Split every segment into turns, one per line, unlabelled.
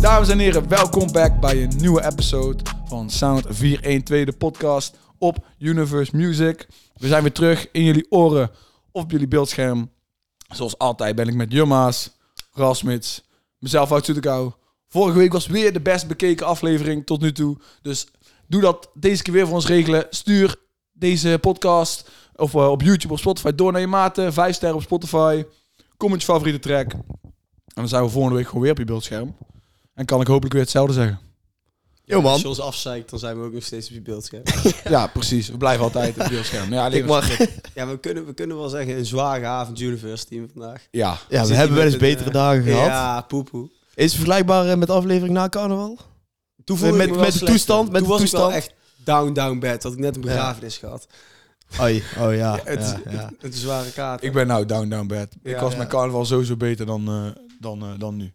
Dames en heren, welkom back bij een nieuwe episode van Sound 412, de podcast op Universe Music. We zijn weer terug in jullie oren of op jullie beeldscherm. Zoals altijd ben ik met Jumma's, Rasmits, mezelf uit Zoetekau. Vorige week was weer de best bekeken aflevering tot nu toe. Dus doe dat deze keer weer voor ons regelen. Stuur deze podcast of eh, op YouTube of Spotify door naar je maten. Vijf sterren op Spotify. Comment je favoriete track. En dan zijn we volgende week gewoon weer op je beeldscherm. En kan ik hopelijk weer hetzelfde zeggen.
Yo man.
Als je ons afzeikt, dan zijn we ook nog steeds op je beeldscherm.
Ja, precies. We blijven altijd op het beeldscherm. Ja, alleen
Ik mag.
ja, we kunnen, we kunnen wel zeggen, een zware avond Universe team vandaag.
Ja.
Ja,
Zit
we
hier
hebben wel
met
eens
een,
betere
eh,
dagen gehad.
Ja, poepoe.
Is het vergelijkbaar eh, met de aflevering na carnaval?
Toen voelde ik
met-
me wel
met de
slecht,
toestand,
man.
met
Toen
de
was ik wel
toestand.
echt down, down bad. Had ik net een begrafenis gehad.
Oei, oh ja.
Het,
ja, ja.
het, het is een zware kaart.
Ik ben nou down, down bad. ik
Ja,
was
ja.
mijn carnaval sowieso beter dan, eh, dan, eh, dan nu.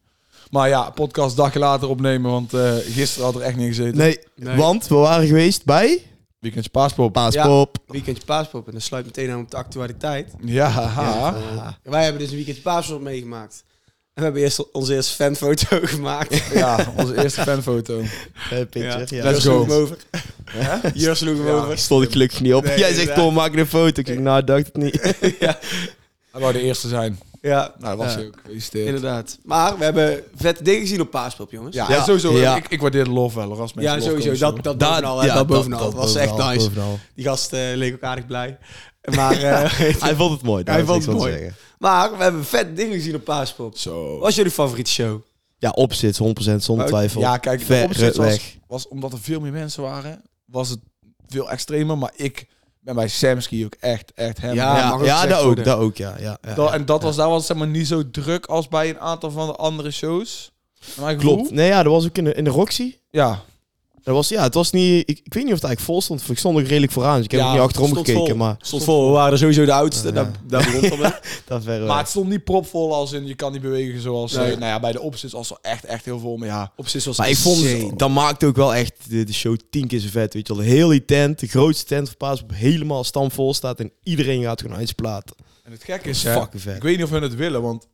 Maar ja, podcast dagje later opnemen, want eh, gisteren had er echt niet gezeten.
Nee,
Nee.
want we waren geweest bij
Weekendje paaspop.
Paaspop.
Weekendje paaspop. En dan sluit meteen aan op de actualiteit.
Ja, haha.
Ah.
Wij hebben dus een weekendje paaspop meegemaakt. En we hebben eerst onze eerste fanfoto gemaakt.
ja, onze eerste fanfoto.
Eh, picture, ja.
Let's
Jur sloeg
go.
hem over. Jur sloeg hem
Ja.
over.
Stond ik gelukkig niet op.
Nee,
Jij zegt,
inderdaad.
Tom, maak een foto. Ik zeg, nou, ik dacht het niet.
Hij wou de eerste zijn.
Ja,
Nou, dat was
Ja.
hij ook. Gefeliciteerd.
inderdaad. Maar we hebben vette dingen gezien op paaspop, jongens.
Ja,
Ja.
en sowieso.
Ja.
Ik, ik waardeer de love wel. hoor, Als mensen
Ja,
love
sowieso.
komen
Dat, dat bovenal. hè.
ja,
dat bovenal. Dat, was echt
bovenal,
nice.
bovenal.
Die gast eh, leek ook aardig blij. Maar, eh,
Hij vond het mooi. daar
Hij
was
vond
niks van te
het mooi.
zeggen.
maar we hebben vet dingen gezien op Paaspop.
Zo.
Wat is jullie favoriete show?
Ja, opzit, 100% zonder
Maar-
twijfel.
Ja, kijk, de
Verre
opzet was,
weg.
was omdat er veel meer mensen waren, was het veel extremer. Maar ik ben bij Samsky ook echt, echt hem.
Ja, mag
ja,
ook
ja
gezegd
dat ook,
worden.
dat ook, ja. ja, ja.
Dat- en dat was, daar was het zeg maar niet zo druk als bij een aantal van de andere shows. Naar mijn gevoel.
Klopt. Nee, ja, dat was ook in de, in de Roxy.
Ja.
Dat was, ja, het was niet... Ik, ik weet niet of het eigenlijk vol stond. Ik stond ook redelijk vooraan, dus ik heb
Ja,
ook niet achterom
stond
gekeken.
vol.
Maar
Stond vol, we waren sowieso de oudste.
Ja.
Daar, daar begon het al mee.
dat verre
Maar
weg.
het stond niet propvol als in je kan niet bewegen zoals...
Nee.
eh, nou ja, bij de opzits was er echt, echt heel veel. Maar ja,
Op zich was
Maar ik
het
vond,
insane.
het- dat maakte ook wel echt de, de show tien keer zo vet. Weet je wel, heel die tent, de grootste tent van Paas, helemaal stamvol staat en iedereen gaat gewoon uitsplaten.
en het gekke is... hè,
Fucking vet.
Ik weet niet of hun het willen, want...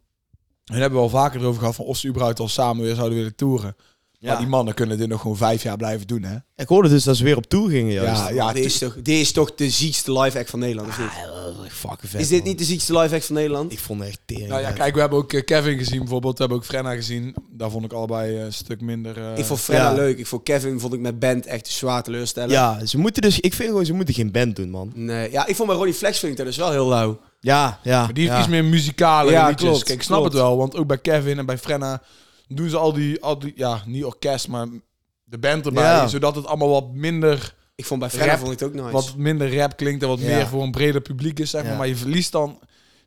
Hun hebben wel vaker erover gehad van of ze überhaupt al samen weer zouden willen toeren. Maar die mannen kunnen dit nog gewoon vijf jaar blijven doen, hè?
Ik hoorde dus dat ze weer op toe gingen. Juist.
Ja, ja,
dit, is toch, dit is toch de ziekste live act van Nederland, of niet?
Ja, dat was echt fucking vet.
Is dit
man.
niet de ziekste live act van Nederland?
Ik vond het echt tering.
Nou ja,
vet.
kijk, we hebben ook eh, Kevin gezien bijvoorbeeld. We hebben ook Frenna gezien. Daar vond ik allebei eh, een stuk minder... eh,
ik vond Frenna
ja.
leuk. Ik vond Kevin vond ik met band echt zwaar teleurstellen.
Ja, ze moeten dus, ik vind gewoon, ze moeten geen band doen, man.
Nee, eh, ja, ik vond bij Ronnie Flex vind ik dat dus wel heel lauw.
Ja, ja.
Maar die heeft
ja.
iets meer muzikale
Ja,
liedjes.
klopt,
Kijk, ik snap
klopt.
het wel, want ook bij Kevin en bij Frenna doen ze al die, al die ja, niet orkest, maar de band erbij,
Ja.
zodat het allemaal wat minder,
Ik vond bij Frenna
Rap.
vond ik het ook nice.
wat minder rap klinkt en wat
Ja.
meer voor een breder publiek is, zeg maar.
Ja.
Maar je verliest dan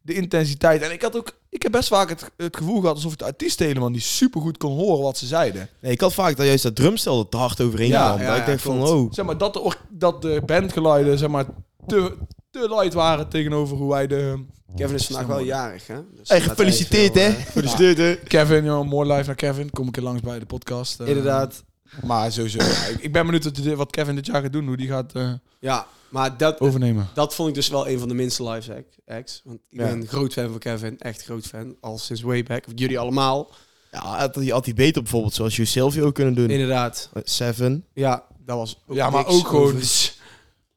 de intensiteit. En ik had ook, ik heb best vaak het, het gevoel gehad alsof ik de artiesten helemaal niet supergoed kon horen wat ze zeiden.
Nee, ik had vaak dat juist dat drumstel dat te hard overheen
Ja,
kwam.
ja,
dat ik
ja,
denk van,
klopt.
oh.
Zeg maar dat de, or- dat de bandgeluiden, zeg maar, te, te light waren tegenover hoe wij de...
Kevin is vandaag wel jarig, hè? Dus
Hey,
laat hij
gefeliciteerd,
veel,
hè.
eh,
Gefeliciteerd, hè.
Kevin, joh, more life naar Kevin. Kom ik keer langs bij de podcast. eh.
Inderdaad.
Maar sowieso, ja, ik, ik ben benieuwd wat, die- wat Kevin dit jaar gaat doen. Hoe die gaat eh,
Ja, maar dat,
overnemen.
dat vond ik dus wel een van de minste live act- acts. Want ik
Ja.
ben een groot fan van Kevin. Echt groot fan. Al sinds way back. Of jullie allemaal.
Ja, had hij, had hij beter bijvoorbeeld, zoals You Silvio kunnen doen.
Inderdaad.
Seven.
Ja, dat was ook
Ja, maar
niks
ook gewoon-
overigens.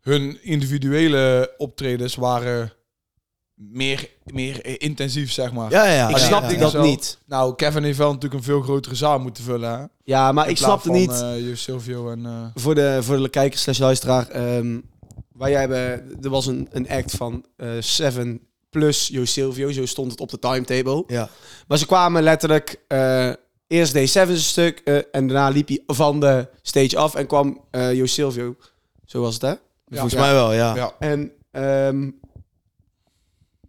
Hun individuele optredens waren meer, meer eh, intensief, zeg maar.
Ja, ja, ja.
Ik
ja,
snapte
ja, ja.
dat
Zo.
niet.
Nou, Kevin heeft wel natuurlijk een veel grotere zaal moeten vullen. Hè?
Ja,
Ah,
maar ik snapte niet.
Jo Silvio en... eh,
voor, de, voor de kijker slash luisteraar. ehm waar jij bij, er was een, een act van eh Seven plus Yo Silvio. Zo stond het op de timetable.
Ja.
Maar ze kwamen letterlijk... eh, Eerst deed Seven zijn stuk eh, en daarna liep hij van de stage af en kwam eh Yo Silvio. Zo was het, hè?
Volgens mij wel, ja.
Ja.
En ehm,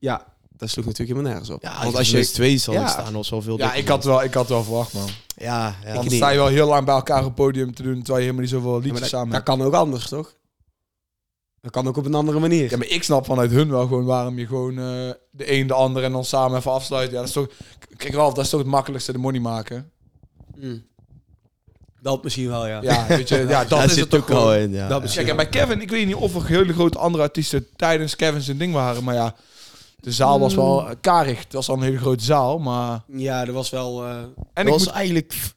ja, dat sloeg natuurlijk helemaal nergens op.
Ja, want als je twee zal
Ja.
staan of zoveel.
Ja,
dikker
ik had, wel, ik had wel verwacht, man.
Ja, ja.
Want dan sta je wel heel lang bij elkaar op het podium te doen... terwijl je helemaal niet zoveel
Ja,
liedjes
maar dat,
samen
dat
hebt.
kan ook anders, toch? Dat kan ook op een andere manier.
Ja, maar ik snap vanuit hun wel gewoon waarom je gewoon eh, de een, de ander... en dan samen even afsluit. Ja, dat is toch... Kijk, Ralf, dat is toch het makkelijkste, de money maken.
Mm. Dat misschien wel, ja.
Ja, weet je, ja, dat
Daar
is
zit
het ook
al
gewoon.
in, ja.
Dat
ja.
is-
Kijk, en bij Kevin, ik weet niet of er hele grote andere artiesten tijdens Kevin zijn ding waren, maar ja, de zaal was wel eh, karig. Het was al een hele grote zaal, maar...
Ja, dat was wel... eh,
En
dat
ik
was
moet,
eigenlijk v-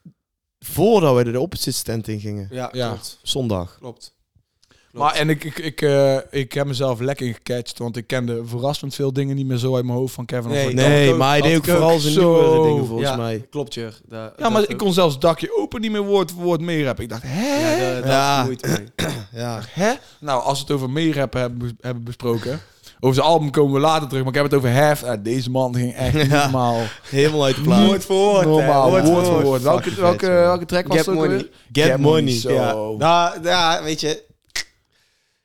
Voordat we de opposite stand in gingen.
Ja,
Ja.
klopt.
Zondag.
klopt.
Maar en ik, ik, ik, eh, ik heb mezelf lek ingecatcht, want ik kende verrassend veel dingen niet meer zo uit mijn hoofd van Kevin.
Nee,
Van
dat
Nee,
had ik ook-
maar hij
had
deed ook
ik ook.
vooral zijn
Zo.
nieuwe dingen volgens
Ja,
mij.
Klopt, Jur. Daar-
ja, maar
dat
ik
ook.
kon zelfs dakje open niet meer woord voor woord meerappen. Ik dacht, hè?
Ja, daar- daar
Ja.
had ik moeite mee.
Ja.
hè? Nou, als we het over meerappen hebben, bes- hebben besproken. Over zijn album komen we later terug, maar ik heb het over Have. Ah, deze man ging echt niet
Ja.
normaal.
Helemaal uit de plaat.
Woord voor woord, hè.
Normaal, woord voor woord. Welke,
Fucking
welke,
vet, joh.
welke track was
Get
het ook
money.
weer?
Get, money. Ja.
zo.
Nou, ja, weet je.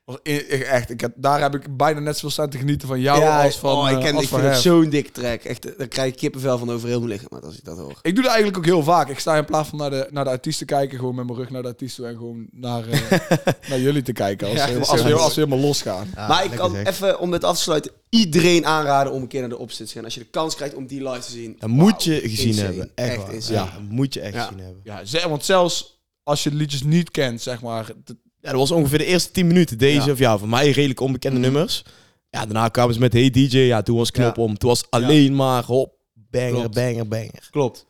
Was in- ik- Echt, ik heb, daar heb ik bijna net zoveel staan te genieten van jou
ja,
als van,
oh, ik,
eh,
ken,
als
ik
van
vind het
Have.
zo'n dik track. Echt, eh, daar krijg ik kippenvel van over heel mijn lichaam maar als ik dat hoor.
Ik doe dat eigenlijk ook heel vaak. Ik sta in plaats van naar de, naar de artiest te kijken, gewoon met mijn rug naar de artiest toe en gewoon naar, eh, naar jullie te kijken. Als,
Ja,
we,
dat is
als,
ook
we,
goed.
als we helemaal losgaan.
Ja,
maar ik
lekker
kan
zeg.
even, om dit af te sluiten, iedereen aanraden om een keer naar de opzet te gaan. Als je de kans krijgt om die live te zien.
Dat moet
Wauw,
je gezien
insane.
hebben. Echt, waar.
insane.
Ja, dat moet je echt
Ja.
gezien hebben.
Ja, ze- want zelfs als je de liedjes niet kent, zeg maar. d-
Ja, dat was ongeveer de eerste 10 minuten. Deze,
Ja.
of ja, voor mij redelijk onbekende nummers. Ja, daarna kwamen ze met Hey DJ. Ja, toen was knop om. Toen was alleen maar hop, banger,
Klopt.
banger, banger.
Klopt.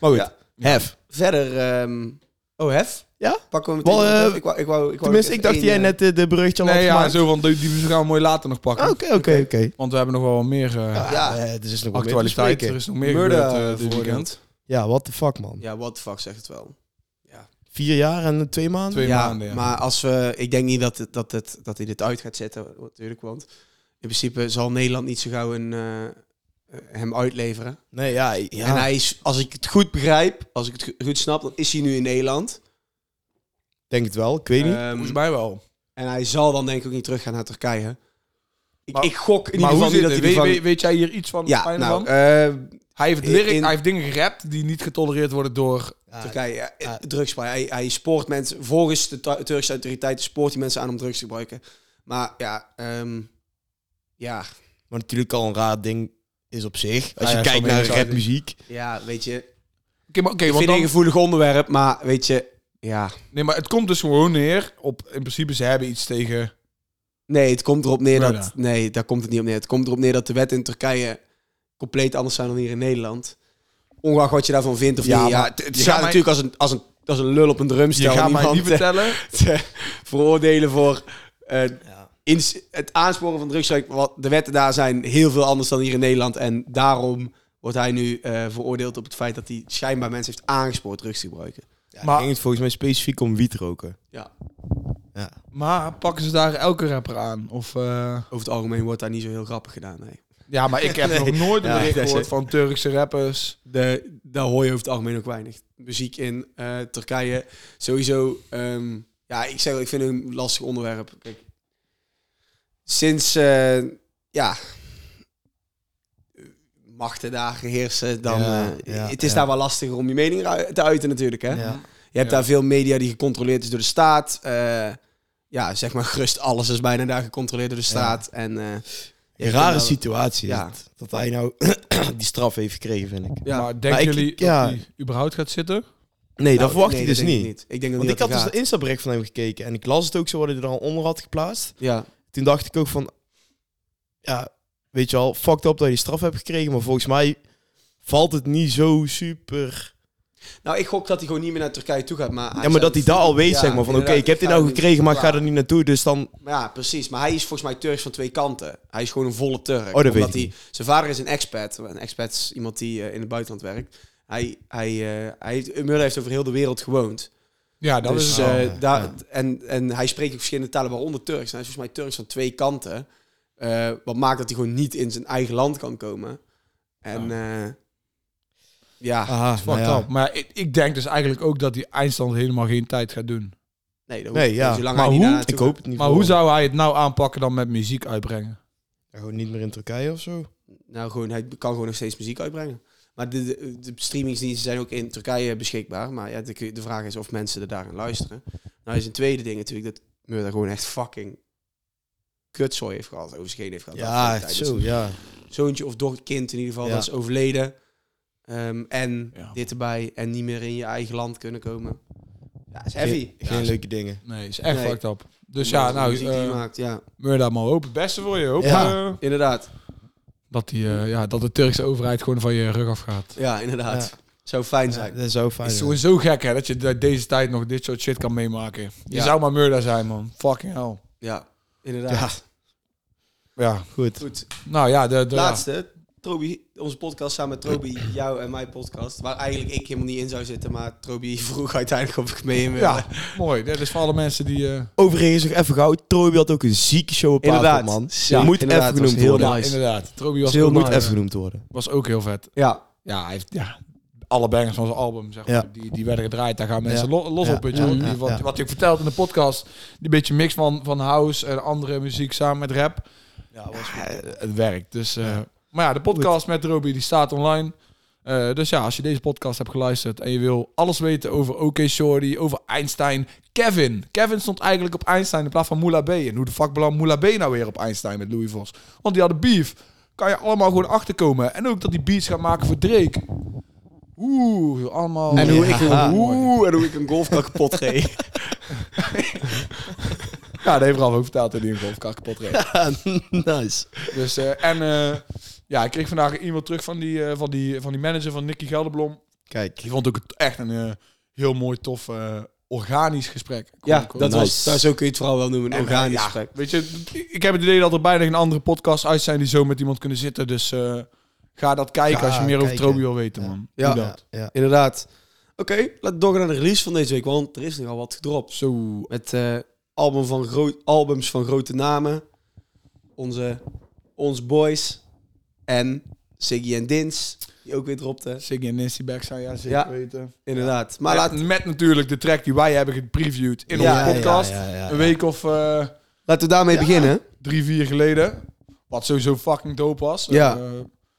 Maar goed,
Ja.
hef.
Verder, ehm oh, hef?
Ja?
Pakken we meteen.
Wel, eh,
op. ik wou, ik wou, ik wou
Tenminste,
nog
ik dacht dat
even
jij
één,
net eh, de bruggetje al had
Nee, ja,
gemaakt.
zo van, die, die gaan we mooi later nog pakken.
Ah, Oké, oké, oké.
Want we hebben nog wel wat meer eh,
Ja,
Oh. Ja.
eh, dus is nog wel meer te
actualiteit. Er
bespreken.
is nog
eh,
meer
Murder
gebeurd eh,
eh,
dit weekend.
veroordeeld.
Ja, what the fuck, man.
Ja, what the fuck zegt het wel.
Vier jaar en eh, twee maanden?
Twee
ja,
maanden, ja.
maar als we, ik denk niet dat, het, dat, het, dat hij dit uit gaat zetten, natuurlijk, want in principe zal Nederland niet zo gauw een, eh, hem uitleveren.
Nee, ja. ja.
En hij is, als ik het goed begrijp, als ik het go- goed snap, dan is hij nu in Nederland.
denk het wel, ik weet niet.
Ehm,
Volgens mij wel.
en hij zal dan denk ik ook niet terug gaan naar Turkije. Ik,
Maar-
ik gok in
Maar hoe
ieder geval niet
zit
dat
het?
hij
Weet,
die
weet,
van...
weet jij hier iets van?
Ja,
fijne
nou,
van?
eh,
Hij heeft,
in-
lyric,
in-
hij heeft dingen gerapt die niet getolereerd worden door...
Turkije, ja, eh,
Ah.
drugs. Maar hij, hij spoort mensen, volgens de Tu- Turkse autoriteiten, spoort hij mensen aan om drugs te gebruiken. Maar ja, ehm, ja,
Maar natuurlijk al een raar ding is op zich. Als
Ah
je
ja,
kijkt
van
naar
mening-
rapmuziek.
ja, weet je,
Oké, maar, oké,
Ik
want
vind het een
dan,
gevoelig onderwerp, maar weet je, ja.
nee, maar het komt dus gewoon neer op... In principe, ze hebben iets tegen...
Nee, het komt erop neer
Murder.
dat. Nee, daar komt het niet op neer. Het komt erop neer dat de wetten in Turkije compleet anders zijn dan hier in Nederland. Ongeacht wat je daarvan vindt of
Ja,
niet. Ja,
maar
het het
je
staat
gaat mij-
natuurlijk als een, als, een, als een lul op een
Je
drumstel.
gaat
om
mij niet
iemand te,
vertellen...
te veroordelen voor eh,
Ja.
ins- het aansporen van drugsgebruik. Wat de wetten daar zijn heel veel anders dan hier in Nederland. En daarom wordt hij nu eh, veroordeeld op het feit dat hij schijnbaar mensen heeft aangespoord drugs te gebruiken.
Maar-
maar ging het volgens mij specifiek om wiet roken.
Ja.
Ja.
Maar pakken ze daar elke rapper aan? Of, eh,
Over het algemeen wordt daar niet zo heel grappig gedaan. Nee.
Ja, maar ik heb nog nooit een
Ja,
bericht
dat is-
gehoord van Turkse rappers.
De, daar hoor je over het algemeen ook weinig. Muziek in eh, Turkije. Sowieso, ehm, ja, ik zeg wel, ik vind het een lastig onderwerp. Kijk, sinds, eh, ja, machten daar geheersen, dan,
Ja,
eh,
ja,
het is
ja.
daar wel lastiger om je mening ru- te uiten natuurlijk, hè.
Ja.
Je hebt
Ja.
daar veel media die gecontroleerd is door de staat. Eh, ja, zeg maar gerust, alles is bijna daar gecontroleerd door de staat. En eh,
Een rare
dat-
situatie
Ja.
dat, dat hij nou die straf heeft gekregen, vind ik.
ja.
maar denken
Maar ik-
jullie
ik- ja.
dat die überhaupt gaat zitten?
Nee, dat verwacht
nou, nee,
ik dus
dat denk
niet.
Ik denk dat
Want
niet
ik had
dat
dus
hij
de Insta-bericht van hem gekeken en ik las het ook zo wat hij er al onder had geplaatst.
gaat. Ja.
Toen dacht ik ook van, ja, weet je al, fucked up dat je straf hebt gekregen, maar volgens mij valt het niet zo super...
Nou, ik gok dat hij gewoon niet meer naar Turkije toe gaat. Maar hij
Ja, maar
zei-
dat hij daar al weet,
Ah, Ja,
zeg maar, van oké,
inderdaad,
ik heb dit
ga
nou
er niet-
gekregen, maar ik ga
Ja.
er niet naartoe, dus dan...
Maar Ja, precies. Maar hij is volgens mij Turks van twee kanten. Hij is gewoon een volle Turk.
Oh, dat weet
omdat
ik
hij,
niet.
Zijn vader is een expat. Een expat is iemand die eh, in het buitenland werkt. Hij, hij, eh, hij heeft, Muller heeft over heel de wereld gewoond.
Ja, dat
dus,
is...
wel,
eh,
ja,
daar,
ja.
En, en hij spreekt ook verschillende talen, waaronder Turks. En hij is volgens mij Turks van twee kanten. Eh, wat maakt dat hij gewoon niet in zijn eigen land kan komen. En eh, nou ja,
Aha,
fucked up. Maar ik, ik denk dus eigenlijk ook dat die eindstand helemaal geen tijd gaat doen.
nee, dat hoeft-
Nee, ja.
zolang
Maar
hij niet
hoe?
daar naartoe
Ik hoop het niet
Maar
voor
hoe
hem.
zou hij het nou aanpakken dan met muziek uitbrengen?
Ja, Gewoon niet meer in Turkije of zo?
Nou, gewoon, hij kan gewoon nog steeds muziek uitbrengen. Maar de, de, de streamingsdiensten zijn ook in Turkije beschikbaar. Maar ja, de, de vraag is of mensen er daar aan luisteren. Nou is een tweede ding natuurlijk dat Murder gewoon echt fucking kutzooi heeft gehad. Over zich heen heeft gehad.
Ja,
Afgelopen
echt
tijd.
zo, ja.
Dus Zoontje of dochter, kind in ieder geval,
Ja.
dat is overleden. Ehm, en
Ja.
dit erbij. En niet meer in je eigen land kunnen komen. Ja, is heavy.
Geen, geen
Ja,
leuke dingen.
Nee, is echt
Nee.
fucked up. Dus
dat
ja,
is de
nou,
muziek die hij
eh
maakt, ja.
Murda, maar hoop het beste voor je. Hoop
Ja.
eh,
Inderdaad.
dat, die, eh, ja, dat de Turkse overheid gewoon van je rug afgaat.
Ja, inderdaad. Zou fijn
Ja,
zijn.
dat zou
Ah,
fijn
is
zijn.
sowieso gek, hè? Dat je de- deze tijd nog dit soort shit kan meemaken. Je
Ja.
zou maar murder zijn, man. Fucking hell.
Ja, inderdaad.
Ja.
Goed.
Goed,
Nou ja, de... de ja.
laatste. Trobi, onze podcast samen met Trobi, jou en mijn podcast. Waar eigenlijk ik helemaal niet in zou zitten, maar Trobi vroeg uiteindelijk of ik mee in wilde.
Ja, mooi. Dat is voor alle mensen die... eh,
Overigens nog even gauw. Troy had ook een zieke show op
Inderdaad.
avond, man.
Ziek.
moet
Inderdaad,
even
was
genoemd
heel
worden.
ja,
nice.
inderdaad. Trobi was,
Ze
ook
moet
nice.
even genoemd worden.
was ook heel vet.
Ja,
Ja, hij heeft... Ja, alle bangers van zijn album, zeg maar,
Ja.
die, die werden gedraaid. Daar gaan mensen
Ja.
lo- los
Ja,
op, weet je
ja,
wel.
ja,
Die- wat,
ja.
wat ik vertelde in de podcast, die beetje mix van, van house en andere muziek samen met rap.
Ja,
Ja, het werkt. Dus, eh, Maar ja, de podcast met Roby die staat online. Eh, dus ja, als je deze podcast hebt geluisterd en je wil alles weten over OK Shorty, over Einstein, Kevin. Kevin stond eigenlijk op Einstein in plaats van Moula B. En hoe de fuck belandt Moula B nou weer op Einstein met Louis Vos? Want die hadden beef. Kan je allemaal gewoon achterkomen. En ook dat die beats gaan maken voor Drake. Oeh, allemaal...
En hoe
Ja.
ik een, oeh, en hoe ik een golfkar kapot geef.
Ja, dat heeft Ralf ook verteld in ieder geval. Of kapot reed.
nice.
Dus, eh, en eh, ja, ik kreeg vandaag iemand terug van die, eh, van die, van die manager van Nicky Gelderblom.
Kijk.
Ik vond ook het echt een eh, heel mooi, tof, eh, organisch gesprek. Kon
Ja,
ik ook-
dat
Nice.
was, nou, zo kun je het vooral wel noemen, een
En, eh,
organisch
ja,
gesprek.
Weet je, ik heb het idee dat er bijna geen andere podcasts uit zijn die zo met iemand kunnen zitten. Dus eh, ga dat kijken
Ga
als je meer over
kijken.
Trobi wil weten, man.
Ja.
Doe dat.
Ja.
Inderdaad. Oké, laten we doorgaan naar de release van deze week, want er is nogal wat gedropt.
Zo.
Met eh, album van gro- albums van grote namen. Onze, ons boys. En Siggy en Dins, die ook weer dropten.
Siggy en Nancy Back zijn ja zeker
Ja.
weten.
Inderdaad. Maar
Maar
laten,
Met natuurlijk de track die wij hebben gepreviewd in
Ja,
onze podcast.
ja, ja, ja.
Een week of... eh,
laten we daarmee beginnen.
drie, vier geleden. Wat sowieso fucking dope was.
Ja.
Eh,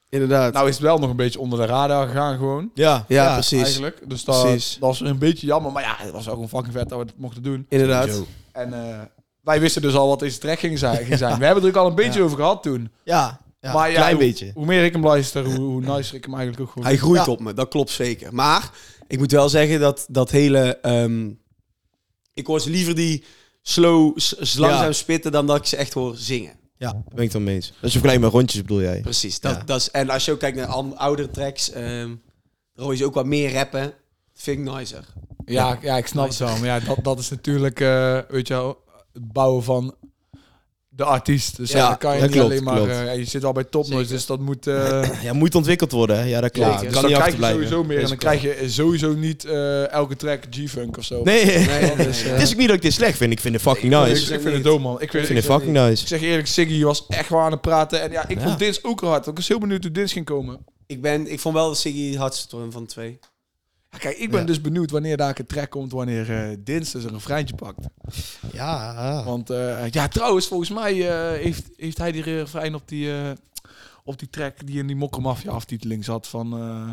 Inderdaad.
nou is het wel nog een beetje onder de radar gegaan gewoon.
Ja,
ja,
ja,
precies.
Eigenlijk. Dus dat,
Precies.
dat was een beetje jammer. Maar ja, het was ook gewoon fucking vet dat we dat mochten doen.
Inderdaad.
Zo.
En eh, wij wisten dus al wat deze track ging zijn. Ging zijn. We hebben er ook al een beetje over gehad toen.
Ja, ja.
Maar ja,
klein
hoe-
beetje.
Hoe meer ik hem luister, hoe, hoe nicer ik hem eigenlijk ook gewoon...
Hij groeit
Ja.
op me, dat klopt zeker. Maar ik moet wel zeggen dat dat hele... ehm, ik hoor ze liever die slow, s- s- langzaam
Ja.
spitten dan dat ik ze echt hoor zingen.
Ja, daar ben ik dan mee eens. Dat is vergelijk met rondjes, bedoel jij?
Precies. Dat,
Ja.
dat is, en als je ook kijkt naar am- oudere tracks, ehm dan hoor je ze ook wat meer rappen. Vind ik nicer.
Ja, ja, ik snap het wel. Maar ja, dat, dat is natuurlijk, eh, weet je wel, het bouwen van de artiest. Dus
Ja,
ja, kan je
dat
niet
klopt,
alleen maar...
klopt.
eh, je zit al bij topnotes,
Zeker.
dus dat moet... eh,
Ja, moet ontwikkeld worden. hè? Ja, dat klopt.
Zeker.
Kan
Dus dan
niet
krijg je
achterblijven.
sowieso meer. En
Dat
dan
is
krijg je sowieso niet eh, elke track G-Funk of zo.
Nee,
Nee, nee,
Dus,
nee.
eh,
het is ook niet dat ik dit slecht vind. Ik vind het fucking
ik,
nice.
vind- ik vind het
niet.
dood, man. Ik,
Ik
vind,
vind
ik,
het fucking nice.
ik zeg eerlijk, Siggy was echt wel aan het praten. En ja, ik
Ja.
vond Dins ook al hard. Ik was heel benieuwd hoe Dins ging komen.
Ik, ben, ik vond wel dat Siggy het hardste toen van de twee.
Ja, kijk, ik ben
Ja.
dus benieuwd wanneer daar een track komt. Wanneer eh Dins dus een refreintje pakt.
Ja.
Want eh, ja, trouwens, volgens mij eh, heeft, heeft hij die refrein op die, eh, op die track die in die Mokkermafia aftiteling zat van... eh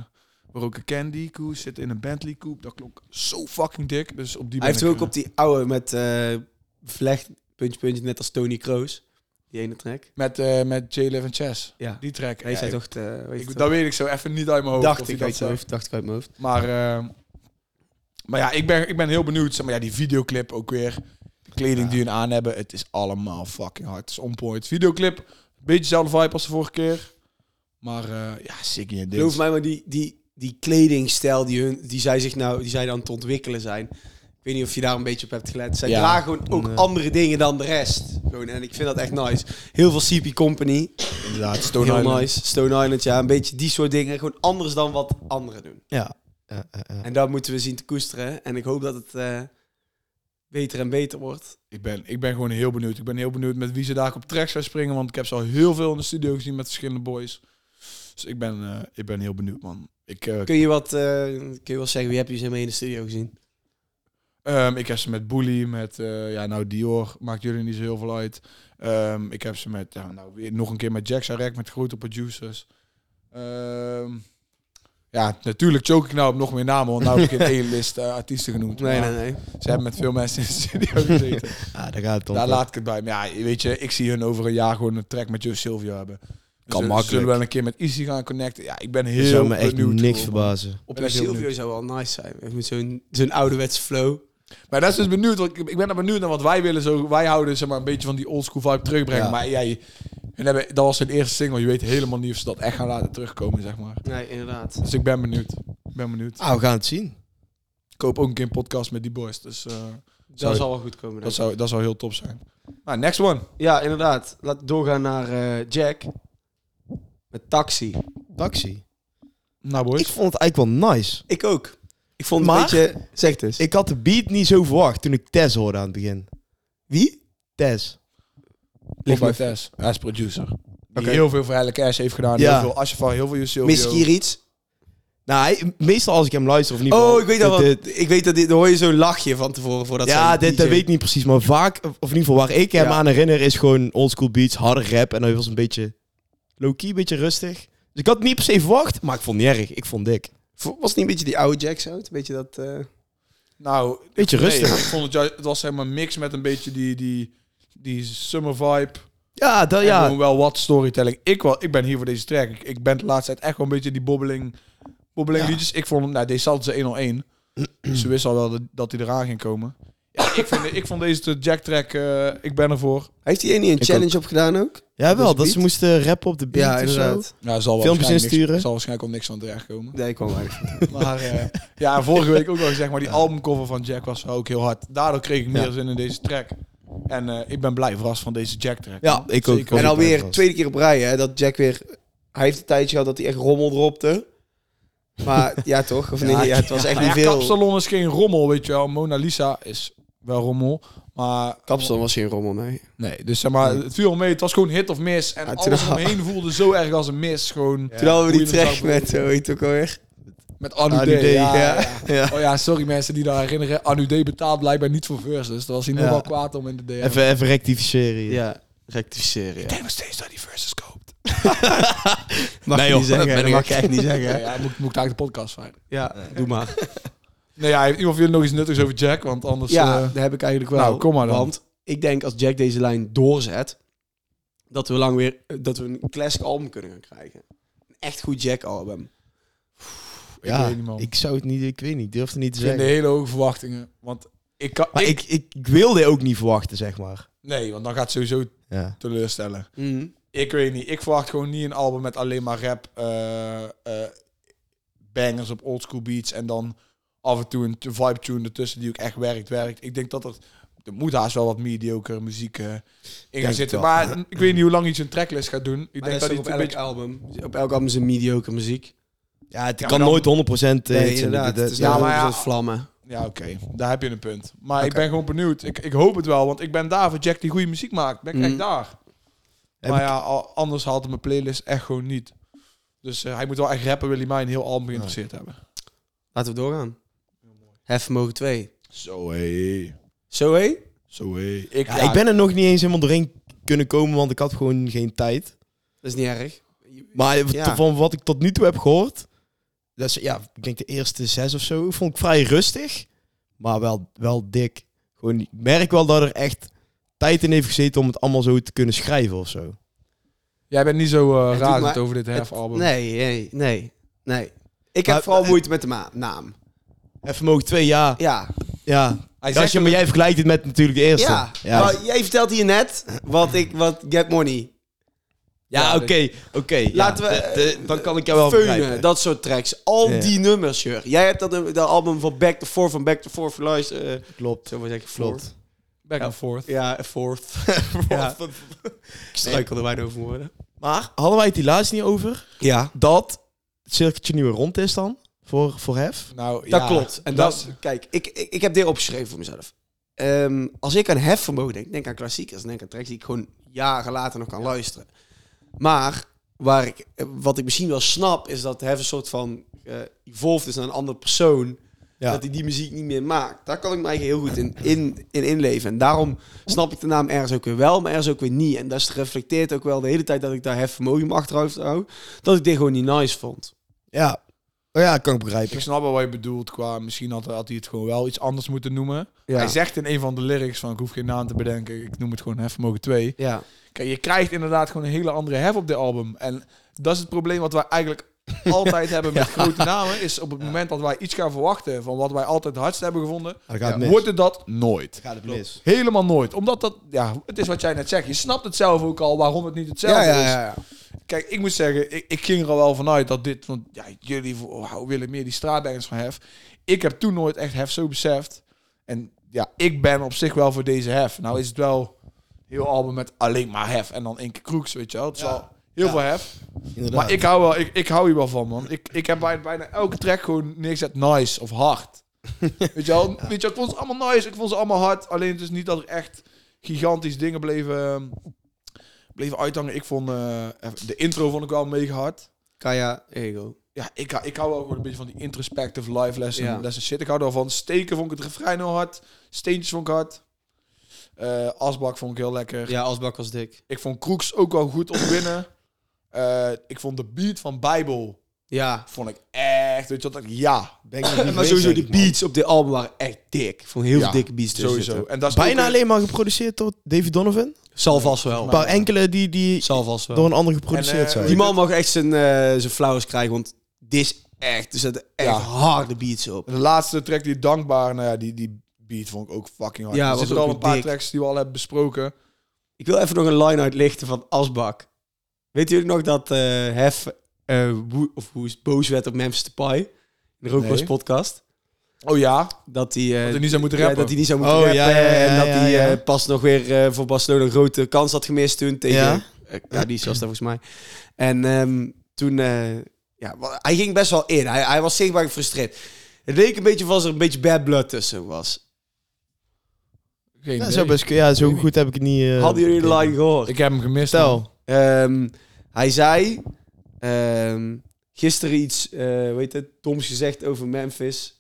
we roken candy, Koes zit in een Bentley coupe. Dat klonk zo fucking dik. Dus op die
Hij heeft
ben
er
ik,
ook op die oude met eh vlecht, puntje, puntje, net als Tony Kroos. Die ene track.
Met, eh met J-Live en Chess.
Ja.
Die track.
Hij
Ja,
zei
ik-
toch, eh, weet je
ik-
toch?
dat weet ik zo even niet uit mijn hoofd. of
dacht
hij
ik
dat
uit
zei.
mijn hoofd. Dacht ik uit mijn hoofd.
Maar, eh, maar ja, ik ben, ik ben heel benieuwd. Zeg maar ja, die videoclip ook weer. De kleding
Ja.
die hun aan hebben. Het is allemaal fucking hard. Het is on point. Videoclip, beetje dezelfde vibe als de vorige keer. Maar eh, ja, Siggy en
Geloof
dit.
mij, maar die, die, die kledingstijl die, hun, die, zij zich nou, die zij dan te ontwikkelen zijn. Ik weet niet of je daar een beetje op hebt gelet. Zij
Ja.
dragen gewoon ook
Nee.
andere dingen dan de rest. Gewoon, en ik vind dat echt nice. Heel veel CP Company.
Inderdaad,
heel
Stone Island.
nice. Stone Island, ja. Een beetje die soort dingen. Gewoon anders dan wat anderen doen.
Ja. Ja, ja, ja.
En dat moeten we zien te koesteren. En ik hoop dat het eh, beter en beter wordt.
Ik ben, ik ben gewoon heel benieuwd. Ik ben heel benieuwd met wie ze daar op track zou springen. Want ik heb ze al heel veel in de studio gezien met verschillende boys. Dus ik ben, eh, ik ben heel benieuwd, man. Ik, eh,
Kun je wat eh, kun je wel zeggen, wie heb je ze mee in de studio gezien?
Ehm, ik heb ze met Bully, met eh, ja, nou Dior, maakt jullie niet zo heel veel uit. Ehm, ik heb ze met, ja, nou, weer nog een keer met Jack Zarek, met grote producers. Ehm, ja, natuurlijk choke ik nou op nog meer namen, want nou heb ik in één list eh, artiesten genoemd.
Nee,
maar
nee, nee.
Ze hebben met veel mensen in de studio gezeten.
Ja, Ah, daar gaat het om.
Daar laat ik het bij. Maar ja, weet je, ik zie hun over een jaar gewoon een track met Joe Silvio hebben.
Kan
Ze-
makkelijk.
Ze zullen wel een keer met Easy gaan connecten. Ja, ik ben
Het
heel
zou me echt
benieuwd
niks
gewoon, man.
verbazen.
Ik ben
Maar
echt heel
Silvio
benieuwd.
zou wel nice zijn. Met zo'n zo'n ouderwets flow.
Maar dat is dus benieuwd. Want ik, ik ben er benieuwd naar wat wij willen. Zo, wij houden zeg maar, een beetje van die oldschool vibe terugbrengen.
Ja.
Maar jij, En hebben, dat was hun eerste single. Je weet helemaal niet of ze dat echt gaan laten terugkomen, zeg maar.
Nee, inderdaad.
Dus ik ben benieuwd. Ik ben benieuwd.
Ah, we gaan het zien.
Ik koop ook een keer een podcast met die boys. Dus eh,
Dat
Zou-
zal wel goed komen. denk
dat,
ik.
zou, dat zou heel top zijn. Nou, next one.
Ja, inderdaad. Laat we doorgaan naar eh, Jack. Met taxi.
Taxi.
Nou, boys.
Ik vond het eigenlijk wel nice.
Ik ook. Ik vond
Maar-
het een beetje... Zeg het eens.
Ik had de beat niet zo verwacht toen ik Tess hoorde aan het begin.
wie?
Tess.
Ligt bij
me-
Tess. Hij is producer. Die
Oké.
heel veel voor Helle Cash heeft gedaan.
Ja.
Heel veel Ashafar, heel veel Silvio.
Miss Kirits?
Nou, hij- meestal als ik hem luister of niet.
Oh, ik weet dat wel.
dit-
Ik weet dat dit... Dan hoor je zo'n lachje van tevoren voordat
ja,
ze-
dit
DJ.
dat weet ik niet precies. Maar vaak, of in ieder geval waar ik hem
Ja.
aan herinner, is gewoon oldschool beats, harde rap. En hij was een beetje low-key, een beetje rustig. Dus ik had het niet per se verwacht, maar ik vond het niet erg. Ik vond het dik.
Was het niet een beetje die oude Jack sound? Een beetje dat... eh,
Nou,
Beetje
nee,
rustig.
ik vond het, juist, het was helemaal mix met een beetje die, die, die summer vibe.
Ja, dat,
En
ja.
gewoon wel wat storytelling. Ik, wel, ik ben hier voor deze track. Ik, ik ben de laatste tijd echt wel een beetje die bobbeling, bobbeling liedjes. Ik vond hem, nou, deze hadden ze 101. Dus ze wisten al wel dat, dat hij eraan ging komen. Ja, ik, vind, ik vond deze Jack track, eh, ik ben ervoor.
Heeft hij niet een
Ik
challenge op gedaan ook?
ja, wel.
Deze
Dat
beat?
ze moesten rappen op de beat of zo.
Ja, er zal wel
Filmpjes
waarschijnlijk niks-
insturen.
er zal waarschijnlijk ook niks van terecht komen.
Nee, ik kwam eigenlijk.
Maar eh, ja, en vorige week ook al gezegd, maar die albumcover van Jack was ook heel hard. Daardoor kreeg ik meer zin in deze track. En eh, ik ben blij verrast van deze Jack track.
Ja, ik
Zeker.
ook. Was
En
ik blij
alweer
vast.
tweede keer op rij, hè, dat Jack weer... Hij heeft een tijdje gehad dat hij echt rommel dropte. Maar ja, toch? Of nee, ja, het was echt
Nou
niet
ja,
veel.
Kapsalon is geen rommel, weet je wel. Mona Lisa is wel rommel, maar...
Kapsel was geen rommel, nee.
Nee, dus zeg maar, het viel wel mee. Het was gewoon hit of miss. En
Ja, toen-
alles omheen voelde zo erg als een miss. Gewoon
Toen hadden we
Hoe
die
je hem
track
zag
met, hoe heet het ook alweer?
met Anu
Anu
D.
D,
Ja,
ja.
ja. Oh ja, sorry mensen die daar herinneren. Anu D betaalt blijkbaar niet voor verses. Dus dat was hij nog
Ja.
wel kwaad om in de DM.
Even, even rectificeren. hier.
Ja, rectificeren,
Ik denk nog steeds dat hij verses koopt.
Mag
Nee,
je
joh,
niet zeggen,
dat ben
dat
ik
mag ik echt niet
Ja,
zeggen.
ja, moet, moet ik eigenlijk de podcast vinden.
Ja, doe maar.
Nee, ja, heeft iemand van jullie nog iets nuttigs over Jack? Want anders...
Ja,
eh,
dat heb ik eigenlijk wel.
nou, kom maar dan.
Want ik denk als Jack deze lijn doorzet, dat we lang weer eh, dat we een classic album kunnen gaan krijgen. Een echt goed Jack album.
ik
Ja,
weet niet, man. Ik
ik zou het niet, ik weet niet, ik durfde niet te
vind
zeggen.
de hele hoge verwachtingen. Want ik kan...
Maar ik, ik, ik wilde ook niet verwachten, zeg maar.
Nee, want dan gaat het sowieso
Ja.
teleurstellen. Ik weet niet. Ik verwacht gewoon niet een album met alleen maar rap. eh, eh, bangers op oldschool beats. En dan af en toe een t- vibe tune ertussen die ook echt werkt, werkt. Ik denk dat er... Er moet haast wel wat mediocre muziek eh, in gaan
het
zitten.
wel.
Maar ik weet niet hoe lang iets een tracklist gaat doen. Ik
Ik denk
denk dat hij het een beetje...
album. Op elk album is een mediocre muziek.
Ja, het
Ja,
kan
maar dan-
nooit 100% eh,
Nee,
iets in de-
inderdaad.
de-
Het is
ja,
ja,
maar ja.
vlammen.
Ja, oké. Daar heb je een punt. Maar ik
Oké.
ben gewoon benieuwd. Ik, ik hoop het wel, want ik ben daar voor Jack die goede muziek maakt. Ben ik
Mhm.
echt daar.
Heb
maar
ik-
ja, al- anders haalt hij mijn playlist echt gewoon niet. Dus eh, hij moet wel echt rappen, wil hij mij een heel album geïnteresseerd hebben.
Laten we doorgaan. Hefvermogen 2.
Zo hé.
Zo hé?
Zo hé. Ik,
Ja, ik ben er nog niet eens helemaal doorheen kunnen komen, want ik had gewoon geen tijd.
Dat is niet erg.
Maar wat-
Ja.
van wat ik tot nu toe heb gehoord, dat is, ja, ik denk de eerste zes of zo, vond ik vrij rustig, maar wel, wel dik. Gewoon, ik merk wel dat er echt tijd in heeft gezeten om het allemaal zo te kunnen schrijven of zo.
Jij bent niet zo eh,
doet
razend
maar-
over dit
Het-
herfalbum.
Nee, nee, nee. nee. Ik
Maar- eh,
heb vooral moeite met de ma- naam.
En vermogen twee, ja.
Ja,
ja.
Hij
Dat is-
zegt
ja, maar jij vergelijkt het met natuurlijk de eerste.
Ja, Nou, jij vertelt hier net wat ik, wat Get Money.
Ja,
Ja,
oké, oké.
Laten
ja.
we,
De- de- dan kan ik jou wel
Feunen,
begrijpen.
dat soort tracks. Al
Ja.
die nummers, Jur. Jij hebt dat, eh, dat album van Back to Forth, van Back to Forth geluisterd. eh
klopt.
zo maar zeggen, Forth.
Klopt.
Back and forth.
Ja, Forth.
Ja.
Ik struikelde bijna over mijn woorden.
Maar hadden wij het hier laatst niet over
Ja,
dat het cirkeltje nu weer rond is dan voor, voor Hef?
Nou,
dat
ja,
klopt. En dat, kijk, ik, ik, ik heb dit opgeschreven voor mezelf. Ehm, als ik aan hefvermogen denk, denk aan klassiekers, denk aan tracks die ik gewoon jaren later nog kan luisteren. Maar waar ik, eh, wat ik misschien wel snap, is dat hef een soort van eh evolved is naar een andere persoon.
Ja.
Dat hij die muziek niet meer maakt. Daar kan ik mij heel goed in, in, in inleven. En daarom snap ik de naam ergens ook weer wel, maar ergens ook weer niet. En dat is- reflecteert ook wel de hele tijd dat ik daar hefvermogen in mijn achterhoofd hou. Dat ik dit gewoon niet nice vond.
Ja. Oh ja, kan ik begrijpen.
Ik snap wel wat je bedoelt qua... Misschien had, had hij het gewoon wel iets anders moeten noemen.
Ja.
Hij zegt in een van de lyrics van... Ik hoef geen naam te bedenken. Ik noem het gewoon Hefvermogen 2.
Ja.
Kijk, je krijgt inderdaad gewoon een hele andere hef op dit album. En dat is het probleem wat wij eigenlijk altijd hebben met grote namen, is op het moment dat wij iets gaan verwachten van wat wij altijd het hardst hebben gevonden,
Dan gaat het mis.
wordt het dat nooit.
Dan gaat het mis.
Helemaal nooit. Omdat dat, ja, het is wat jij net zegt. Je snapt het zelf ook al waarom het niet hetzelfde
Ja, ja,
is.
ja. ja.
Kijk, ik moet zeggen, ik, ik ging er al wel vanuit dat dit, want ja, jullie wou- willen meer die straatdenkers van Hef. Ik heb toen nooit echt Hef zo beseft. En ja, ik ben op zich wel voor deze Hef. Nou is het wel heel album met alleen maar Hef en dan één keer Kroeks, weet je wel. Het is
Ja.
wel heel
Ja.
veel Hef.
Inderdaad.
Maar ik hou, wel, ik, ik hou hier wel van, man. Ik, ik heb bij, bijna elke track gewoon neergezet nice of hard. weet, je wel? weet je wel, ik vond ze allemaal nice, ik vond ze allemaal hard. Alleen het is niet dat er echt gigantisch dingen bleven, ehm, bleven uithangen. Ik vond, eh, even- de intro vond ik wel mega hard.
Kaya Ego.
Ja, ik, hou- ik hou wel gewoon een beetje van die introspective live lesson,
Ja.
lesson shit. Ik hou daarvan. Steken vond ik het refrein heel hard. Steentjes vond ik hard. Eh, asbak vond ik heel lekker.
Ja, Asbak was dik.
Ik vond Kroeks ook wel goed op binnen. Eh, ik vond de beat van Bijbel
Ja.
vond ik echt, weet je wat, dat ik- ja,
Ben ik nog niet
Maar
geweest,
sowieso,
denk
die
ik, man.
beats op dit album waren echt dik. Ik vond heel
Ja,
veel dikke beats tussen
sowieso.
zitten.
En dat is ook
Bijna
een-
alleen maar geproduceerd door David Donovan.
Zal vast wel.
Een paar enkele die, die
Zal vast wel.
door een ander geproduceerd
En, eh,
zijn.
Die man mag echt zijn, eh zijn flowers krijgen, want dit is echt... Er zitten echt
Ja.
harde beats op.
De laatste track die dankbaar, nou ja, die, die beat vond ik ook fucking hard.
Ja,
er
was
zitten
ook
al een paar
dik.
tracks die we al hebben besproken.
Ik wil even nog een line uitlichten van Asbak. Weet jullie nog dat eh, Hef eh, woe- of hoe is- boos werd op Memphis Pie? In de Rookbox
Nee.
podcast.
Oh ja,
Dat hij eh,
dat hij niet zou moeten
ja,
rappen.
dat hij niet zou moeten
Oh,
rappen.
ja, ja, ja,
en dat
ja,
hij
ja.
eh, pas nog weer eh, voor Barcelona een grote kans had gemist toen tegen...
Ja.
Ja, ja die was daar volgens mij. En ehm, toen... eh, ja, wa- hij ging best wel in. Hij, hij was zichtbaar gefrustreerd. Het leek een beetje of als er een beetje bad blood tussen was.
Geen
Ja,
idee.
zo, best, ja, zo goed heb ik het niet... eh,
Hadden jullie de line gehoord?
Ik heb hem gemist. man.
Stel.
Ehm, hij zei ehm, gisteren iets, weet het, Toms gezegd over Memphis.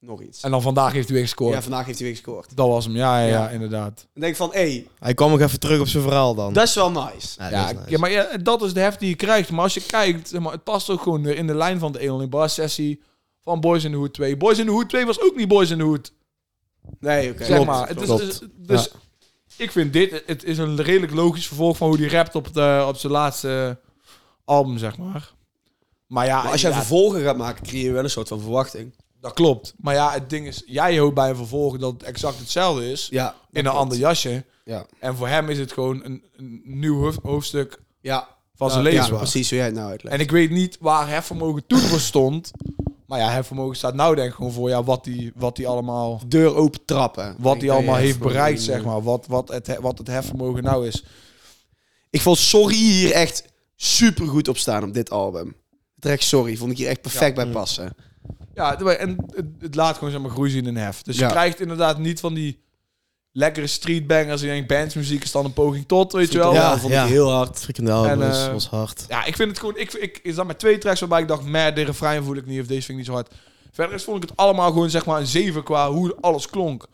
Nog iets.
En dan vandaag heeft hij weer gescoord.
Ja, vandaag heeft hij weer gescoord.
dat was hem, ja, ja, ja,
Ja.
inderdaad.
Dan denk ik van, hé, hey,
Hij kwam nog even terug op zijn verhaal dan.
dat is wel nice.
ja,
Ja,
dat is nice.
ja, maar ja, dat is de heft die je krijgt. Maar als je kijkt, zeg maar, het past ook gewoon weer in de lijn van de 1 bar sessie van Boys in the Hood 2. Boys in the Hood 2 was ook niet Boys in the Hood.
Nee, oké.
Zeg
Klopt,
maar. Het is,
klopt.
is- dus ik vind dit, het is een redelijk logisch vervolg van hoe die rapt op, de, op zijn laatste eh, album, zeg maar. Maar ja,
Maar als jij
ja,
vervolgen gaat maken, creëer je wel een soort van verwachting.
dat klopt. Maar ja, het ding is, jij hoopt bij een vervolg dat het exact hetzelfde is
Ja.
in een ander jasje.
Ja.
En voor hem is het gewoon een, een nieuw hoofd- hoofdstuk
Ja,
van zijn
ja,
leven.
precies hoe jij het nou uitlegt.
En ik weet niet waar hefvermogen toen voor stond. Maar ja, hefvermogen staat nou denk ik gewoon voor ja, wat die, wat die allemaal
Deur open trappen.
wat
Ik
die
denk
allemaal
dat je
heeft
even-
bereikt, zeg maar. Wat, wat, het, he- wat het hefvermogen nou is.
Ik vond Sorry hier echt super goed op staan op dit album. Direct Sorry vond ik hier echt perfect bij passen.
Ja, het- en het, het laat gewoon zeg maar groei zien in hef. Dus
Ja.
je krijgt inderdaad niet van die lekkere streetbangers. Ik denk, bandsmuziek is dan een poging tot, weet je wel.
Ja,
Ja, vond ik
ja.
heel hard.
Frikandel
En,
was,
eh,
was hard.
Ja, ik vind het gewoon... Ik, ik, is dat met twee tracks waarbij ik dacht, meh, de refrein voel ik niet of deze vind ik niet zo hard. Verder is, vond ik het allemaal gewoon zeg maar een 7 qua hoe alles klonk.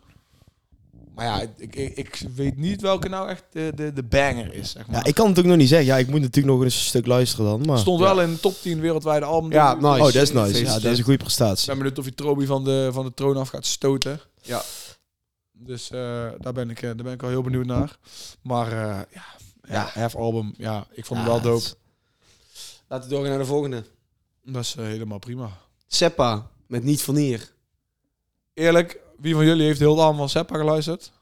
Maar ja, ik, ik, ik weet niet welke nou echt de, de, de banger is, zeg maar.
Ja, ik kan het ook nog niet zeggen. Ja, ik moet natuurlijk nog eens een stuk luisteren dan. Maar...
Stond wel in de top 10 wereldwijde album.
Ja, nice.
Oh, dat is nice. Ja,
Feestje.
dat is een goede
Ik
prestatie.
ben benieuwd of je Trobi van de, van de troon af gaat stoten.
Ja.
Dus eh, daar, ben ik, eh, daar ben ik al heel benieuwd naar. Maar eh, ja, ja. Hef album, ja, ik vond hem
Ja,
wel dope.
het is-
Laten we doorgaan naar de volgende.
Dat is eh, helemaal prima.
Seppa, met Niet van Hier.
Eerlijk, wie van jullie heeft heel de album van Seppa geluisterd?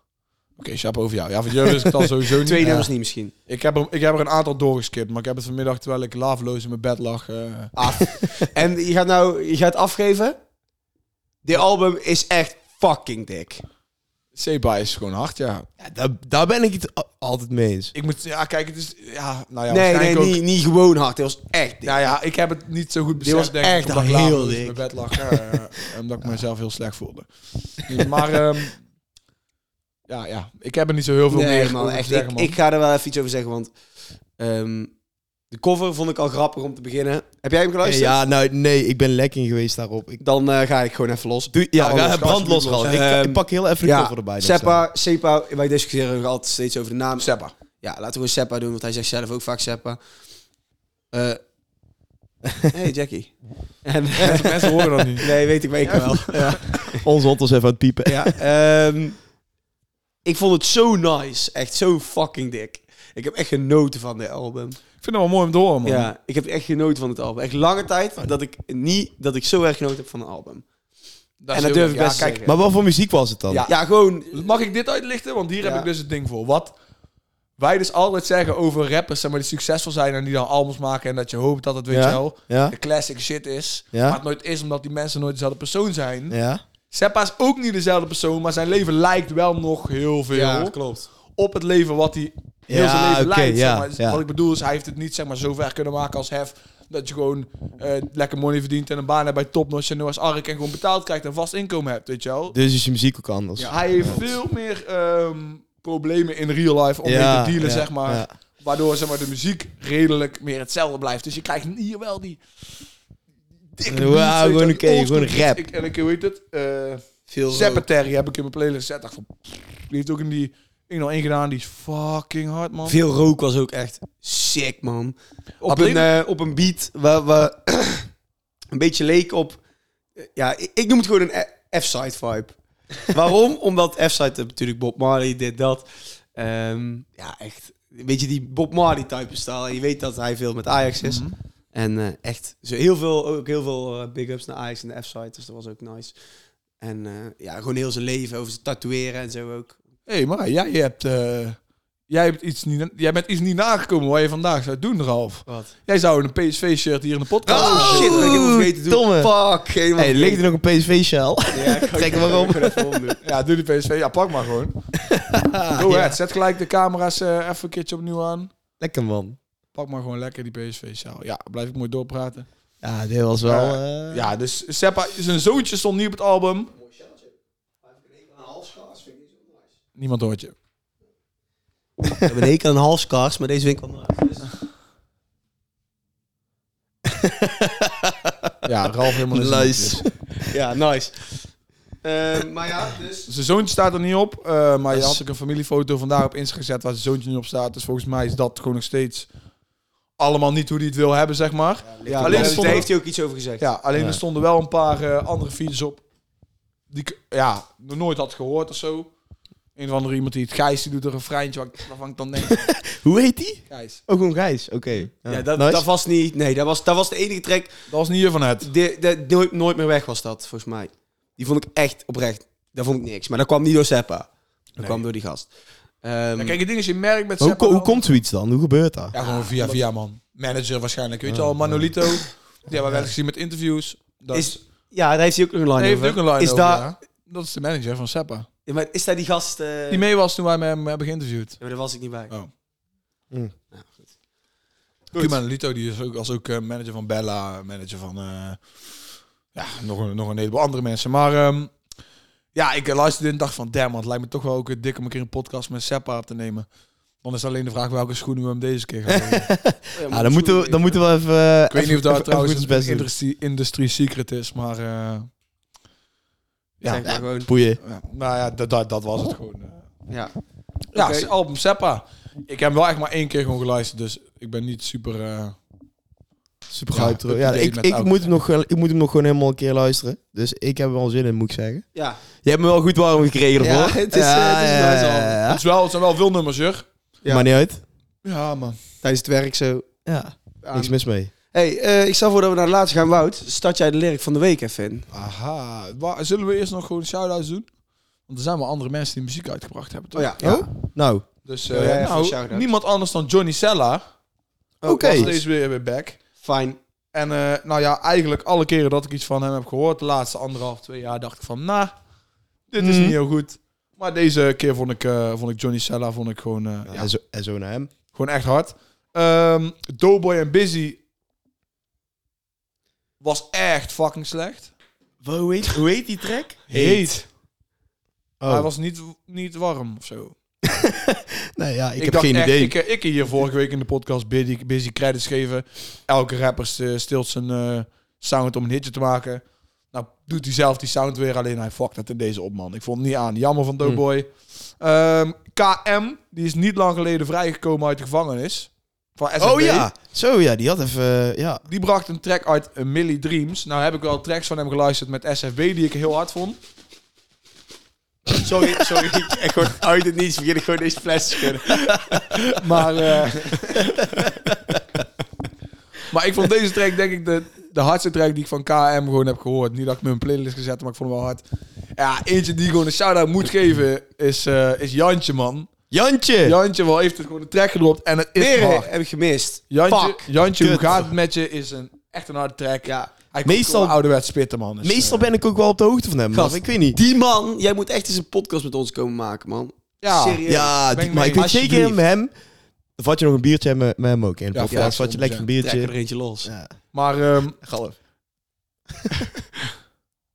Oké, Seppa over jou. Ja, van jullie is het dan sowieso niet.
Twee
Ja.
nummers niet misschien.
Ik heb, er, ik heb er een aantal doorgeskipt, maar ik heb het vanmiddag, terwijl ik laafloos in mijn bed lag... eh,
En je gaat nou, je gaat afgeven. Dit album is echt fucking dik.
Seppa is gewoon hard, ja.
Ja, daar, daar ben ik het a- altijd mee eens.
Ik moet... Ja, kijk, het is... Ja, nou ja,
nee, nee,
waarschijnlijk ook...
niet, niet gewoon hard. Dit was echt dik.
Nou ja, ik heb het niet zo goed
Dit
beseft.
was
denk ik,
echt
omdat ik
heel
later dus in
dik.
mijn bed lag. eh, omdat ik mezelf heel slecht voelde. Dus, maar ehm, ja, ja, ik heb er niet zo heel veel
nee,
meer
man,
over te
echt.
zeggen,
ik,
man.
ik ga er wel even iets over zeggen, want ehm, de cover vond ik al grappig om te beginnen. Heb jij hem geluisterd?
Ja, nou nee, ik ben lekker geweest daarop. Ik,
Dan eh, ga ik gewoon even los.
doe, ja,
alles,
ga het brand
alles
los
moet los.
gaan. Ik, ik
Ehm,
pak heel even de
ja,
cover erbij. nog
Seppa, Seppa, wij discussiëren nog altijd steeds over de naam.
Seppa.
Ja, laten we gewoon Seppa doen, want hij zegt zelf ook vaak Seppa. Eh hey Jackie. En,
Mensen horen dat niet.
nee, weet ik, weet ik wel. Ja.
zo. Onze hond was even aan het piepen.
Ja, ehm, ik vond het zo nice. Echt zo fucking dik. Ik heb echt genoten van dit album.
vind het wel mooi om te horen, man.
Ja, ik heb echt genoten van het album. Echt lange tijd dat ik niet dat ik zo erg genoten heb van een album.
Dat
en
is
dat
heel
durf
leuk.
ik best te
ja, kijk,
zeggen.
Maar wat voor muziek was het dan?
ja, ja, gewoon.
Mag ik dit uitlichten? Want hier heb
Ja.
ik dus het ding voor. Wat wij dus altijd zeggen over rappers zeg maar, die succesvol zijn en die dan albums maken en dat je hoopt dat het, weet
Ja.
je wel,
Ja?
de classic shit is.
Ja.
Maar het nooit is omdat die mensen nooit dezelfde persoon zijn.
Ja?
Seppa is ook niet dezelfde persoon, maar zijn leven lijkt wel nog heel veel
Ja, klopt.
op het leven wat hij heel
Ja,
zijn leven
oké,
leidt.
ja,
zeg maar. Dus
ja.
Wat ik bedoel is, hij heeft het niet zeg maar, zo ver kunnen maken als Hef. Dat je gewoon eh, lekker money verdient en een baan hebt bij Topnotch en Noah's Ark en gewoon betaald krijgt en vast inkomen hebt, weet je wel.
Dus is je muziek ook anders.
Ja, hij heeft veel meer ehm, problemen in real life om mee te dealen,
ja,
zeg maar.
ja.
Waardoor zeg maar, de muziek redelijk meer hetzelfde blijft. Dus je krijgt hier wel die dikke
Wauw,
beats, weet je
gewoon
wel,
een
die
keer,
oldschool
gewoon
beats.
rap.
Ik, en ik, hoe heet het? Eh,
Veel rook.
Zappaterry heb ik in mijn playlist gezet. Dacht van, die heeft ook in die 101 gedaan. Die is fucking hard, man.
Veel rook was ook echt sick, man. Op,
Alleen-
een, eh, op een beat waar, waar een beetje leek op... eh, Ja, ik, ik noem het gewoon een E- F-side vibe. Waarom? Omdat F-side heeft natuurlijk Bob Marley, dit, dat. Ehm, ja, echt. Een beetje die Bob Marley type stijl. En Je weet dat hij veel met Ajax is.
Mhm.
En eh, echt, zo heel veel, ook heel veel eh, big-ups naar Ajax en de F-side. Dus dat was ook nice. En eh, ja, gewoon heel zijn leven over zijn tatoeëren en zo ook.
Hé, hey, maar jij hebt... eh, Jij, hebt iets niet, jij bent iets niet nagekomen waar je vandaag zou doen, Ralf.
Wat?
Jij zou een PSV-shirt hier in de podcast...
Oh, shit, ik heb het vergeten te doen.
Domme.
Fuck, helemaal
Hey, ligt er nog een PSV-sjaal?
Ja, ik
Trek hem maar om.
Ja, doe die PSV. Ja, pak maar gewoon. Go ahead. Zet gelijk de camera's eh, even een keertje opnieuw aan.
Lekker man.
Pak maar gewoon lekker die PSV-sjaal. Ja, blijf ik mooi doorpraten.
Ja, dit was wel... eh,
Ja, dus Seppa, zijn zoontje stond niet op het album. Niemand hoort je.
We hebben een hekel aan halskars, maar deze winkel eruit.
Ja, Ralf helemaal in zijn nopjes.
Nice.
Ja, nice. maar ja, dus...
Zijn zoontje staat er niet op, eh, maar je
Dus-
had ook een familiefoto vandaag op Insta gezet waar zijn zoontje niet op staat. Dus volgens mij is dat gewoon nog steeds allemaal niet hoe hij het wil hebben, zeg maar.
Ja,
alleen
alleen
er
daar
stonden-
heeft hij ook iets over gezegd.
Ja, alleen
Ja.
er stonden wel een paar eh, andere features op die ik ja, nog nooit had gehoord of zo. Een of andere iemand die het Gijs, die doet er een refreintje waar ik- waarvan ik dan denk,
Hoe heet die?
Gijs.
Ook Oh, gewoon Gijs, oké.
Ja, dat,
nice.
dat was niet... Nee, dat was, dat was de enige track
Dat was niet hiervan het.
die, die nooit, nooit meer weg was dat, volgens mij. Die vond ik echt oprecht. Daar vond ik niks. Maar dat kwam niet door Seppa. Dat
Nee.
kwam door die gast. Ehm,
Ja, kijk, het ding is, je merkt met
Maar hoe,
Seppa
ko- hoe
wel- Ah,
komt zoiets dan? Hoe gebeurt dat?
Ja, gewoon via via, man. Manager waarschijnlijk, weet je al, Manolito. Die hebben we wel eens gezien met interviews. Dat
Is- ja, daar heeft hij ook nog een
Nee,
line
heeft
over.
ook een line
is
over,
daar,
ja. Dat is de manager van Seppa.
ja, maar is daar die gast... eh,
Die mee was toen wij met hem hebben geïnterviewd.
Ja, maar daar was ik niet bij.
Oh.
Hm.
Goed. Lito die is ook, was ook eh, manager van Bella, manager van eh, ja, nog, een, nog een heleboel andere mensen. Maar ehm, ja, ik eh, luisterde en dacht van, damn, het lijkt me toch wel ook eh, dik om een keer een podcast met Seppa op te nemen. Dan is alleen de vraag welke schoenen we hem deze keer gaan doen.
Ja, dan moeten we, dan moeten we even... eh,
Ik weet niet
even-
of dat
even-
trouwens
even
een
goed ons best doen.
industrie, industrie secret is, maar eh,
Ja,
ja,
zeg maar gewoon.
Boeien.
ja, nou ja, dat, dat, dat was het gewoon. eh.
Ja.
Ja,
Oké.
zijn album Seppa. Ik heb wel echt maar één keer gewoon geluisterd, dus ik ben niet super... eh,
Super
Ja,
hype terug. Ja,
up-to-date
ik,
met
ik,
oud.
moet hem nog, wel- ik moet hem nog gewoon helemaal een keer luisteren. Dus ik heb er wel zin in, moet ik zeggen.
Ja.
Je hebt me wel goed warm gekregen
Ja,
ervoor.
het is, eh, het is een nice album.
Het, is wel, het zijn wel veel nummers, zeg.
Ja.
Maar niet uit.
Ja, man.
Tijdens het werk zo.
Ja,
aan.
niks mis mee.
Hey, eh, ik stel voor dat we naar de laatste gaan, Wout. Start jij de lyric van de week even in?
Aha. Wa- Zullen we eerst nog gewoon shout-outs doen? Want er zijn wel andere mensen die muziek uitgebracht hebben, toch?
Oh ja.
Oh? Nou,
Dus
Wil jij
eh
even een
nou,
shout-out?
niemand anders dan Johnny Sella.
oké.
Oké. Was deze weer, weer back.
Fijn.
En eh, nou ja, eigenlijk alle keren dat ik iets van hem heb gehoord, de laatste anderhalf, twee jaar, dacht ik van, nou, dit is
Mm.
niet heel goed. Maar deze keer vond ik, eh, vond ik Johnny Sella vond ik gewoon, eh, ja,
En, zo, en zo naar hem.
gewoon echt hard. Ehm Doughboy en Busy was echt fucking slecht.
Hoe heet, hoe heet die track?
Heet.
Oh.
Hij was niet, niet warm of zo.
Nee, ja, ik, heb
dacht
geen
echt,
idee.
Ik, eh, ik hier vorige week in de podcast busy, busy credits geven. Elke rapper eh, steelt zijn eh, sound om een hitje te maken. Nou doet hij zelf die sound weer, alleen hij fuckt het in deze op, man. Ik vond het niet aan. Jammer van Doughboy. Ehm, KM, die is niet lang geleden vrijgekomen uit de gevangenis. Van SNB.
oh ja, zo ja, die had even... eh, ja.
Die bracht een track uit eh, Millie Dreams. Nou heb ik wel tracks van hem geluisterd met SFB die ik heel hard vond.
Sorry, sorry. ik ik gewoon uit het niets vergeet ik gewoon deze fles te schudden.
Maar eh, Maar ik vond deze track denk ik de, de hardste track die ik van KM gewoon heb gehoord. Niet dat ik me in een playlist gezet heb, maar ik vond hem wel hard. Ja, eentje die gewoon een shout-out moet geven is, eh, is Jantje, man.
Jantje!
Jantje wel heeft het gewoon een track gedropt en het is
Weer
hard.
heb ik gemist.
Jantje,
Fuck.
Jantje hoe
Kut.
gaat het met je is een, echt een harde track.
Ja.
Hij komt
Meestal-
gewoon ouderwets spitten, man. Dus,
Meestal
eh,
ben ik ook wel op de hoogte van hem, maar
Gast,
ik weet niet.
Die man, jij moet echt eens een podcast met ons komen maken, man.
ja,
serieus.
ja,
ben
die-
ik
maar
mee.
ik weet zeker
Alsjeblieft.
met hem. Vat je nog een biertje met, met hem ook in?
Ja,
Ja,
ja,
vat je lekker een
Trek er
biertje.
er eentje los.
Ja,
Maar, ehm,
galf.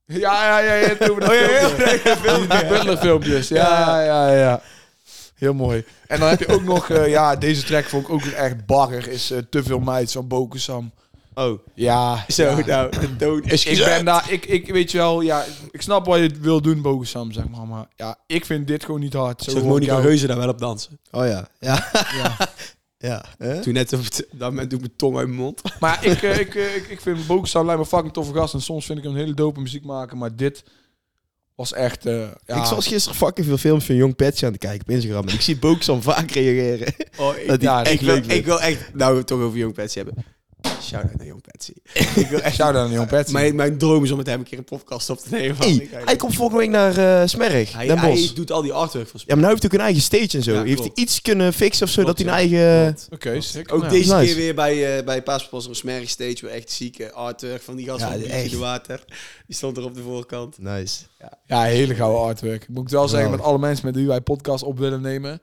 ja, ja, ja, ja, toen we dat
Oh, ja, ja,
filmpje. Die- die Butler-filmpjes, ja, ja, ja. Heel mooi. En dan heb je ook nog, eh, ja, deze track vond ik ook weer echt bagger, is eh, Te Veel Meid van Bokusam.
Oh,
Ja,
Zo,
ja.
nou, de dood is
Ik
gezet.
ben daar, ik, ik weet je wel, ja, ik snap wat je wil doen, Bokusam, zeg maar, maar ja, ik vind dit gewoon niet hard. Zo
Zag
hoor ik
Monica
jou.
Reuze daar wel op dansen?
oh ja. Ja.
Ja.
ja. hè?
Toen net op het, dat moment doe ik mijn tong uit mijn mond.
Maar ik, eh, ik, eh, ik, ik vind Bokusam lijkt me fucking toffe gast en soms vind ik hem een hele dope muziek maken, maar dit was echt, eh, ja.
Ik was gisteren fucking veel films van Jong Petje aan het kijken op Instagram. En ik zie Booksan vaak reageren.
Oh, ik,
Dat die
ja,
echt
ik wil,
leuk vindt.
ik wil echt, nou we het toch over Jong Patsy hebben. Shout-out naar Jong Patsy. ik wil echt,
Shout-out aan Jan Pets.
mijn, mijn droom is om met hem een keer een podcast op te nemen.
Hey, hij komt volgende week naar eh, Smerg,
hij,
Den Bosch.
hij doet al die artwork van Sp-
Ja, maar nu heeft hij ook een eigen stage en zo.
Ja,
Hij heeft hij
klopt.
iets kunnen fixen of zo,
Klopt,
dat hij
ja.
een eigen...
Klopt.
Oké, sick.
Ook
Nou,
deze
eh, nice.
keer weer bij, eh bij Paaspas een smerrig stage. Weer echt zieke artwork van die gast
Ja,
van
echt.
Beauty de Water. Die stond er op de voorkant.
Nice.
Ja, hele gouden artwork. Moet ik wel zeggen,
Wel.
met alle mensen met wie wij podcast op willen nemen.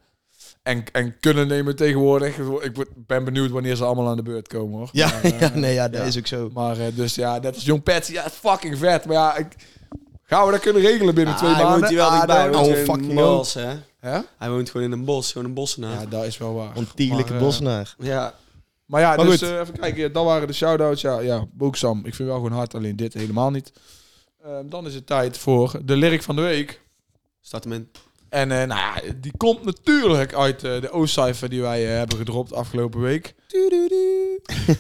En, en kunnen nemen tegenwoordig. Ik word- ben benieuwd wanneer ze allemaal aan de beurt komen, hoor.
Ja,
Maar, eh,
ja, nee, ja, dat
ja.
is ook zo.
Maar eh, dus ja, net als Jong Patsy. Ja, fucking vet. Maar ja, ik, gaan we dat kunnen regelen binnen twee maanden?
woont hier wel
Ah,
dichtbij.
dat-
Hij woont
oh,
in
fucking
Mals, hè.
Hè?
Hij woont gewoon in een bos. Gewoon een bossenaar.
Ja,
Ja.
dat is wel waar.
Ontiegelijke
Maar, eh,
bosnaar.
Maar ja,
Maar
dus
goed.
eh, even kijken. Dat waren de shout-outs. Ja, ja Boeksam. Ik vind wel gewoon hard, alleen dit helemaal niet. Eh, dan is het tijd voor de lyric van de week.
Staat hem in.
En eh, nou ja, die komt natuurlijk uit eh, de O-cijfer die wij eh, hebben gedropt afgelopen week.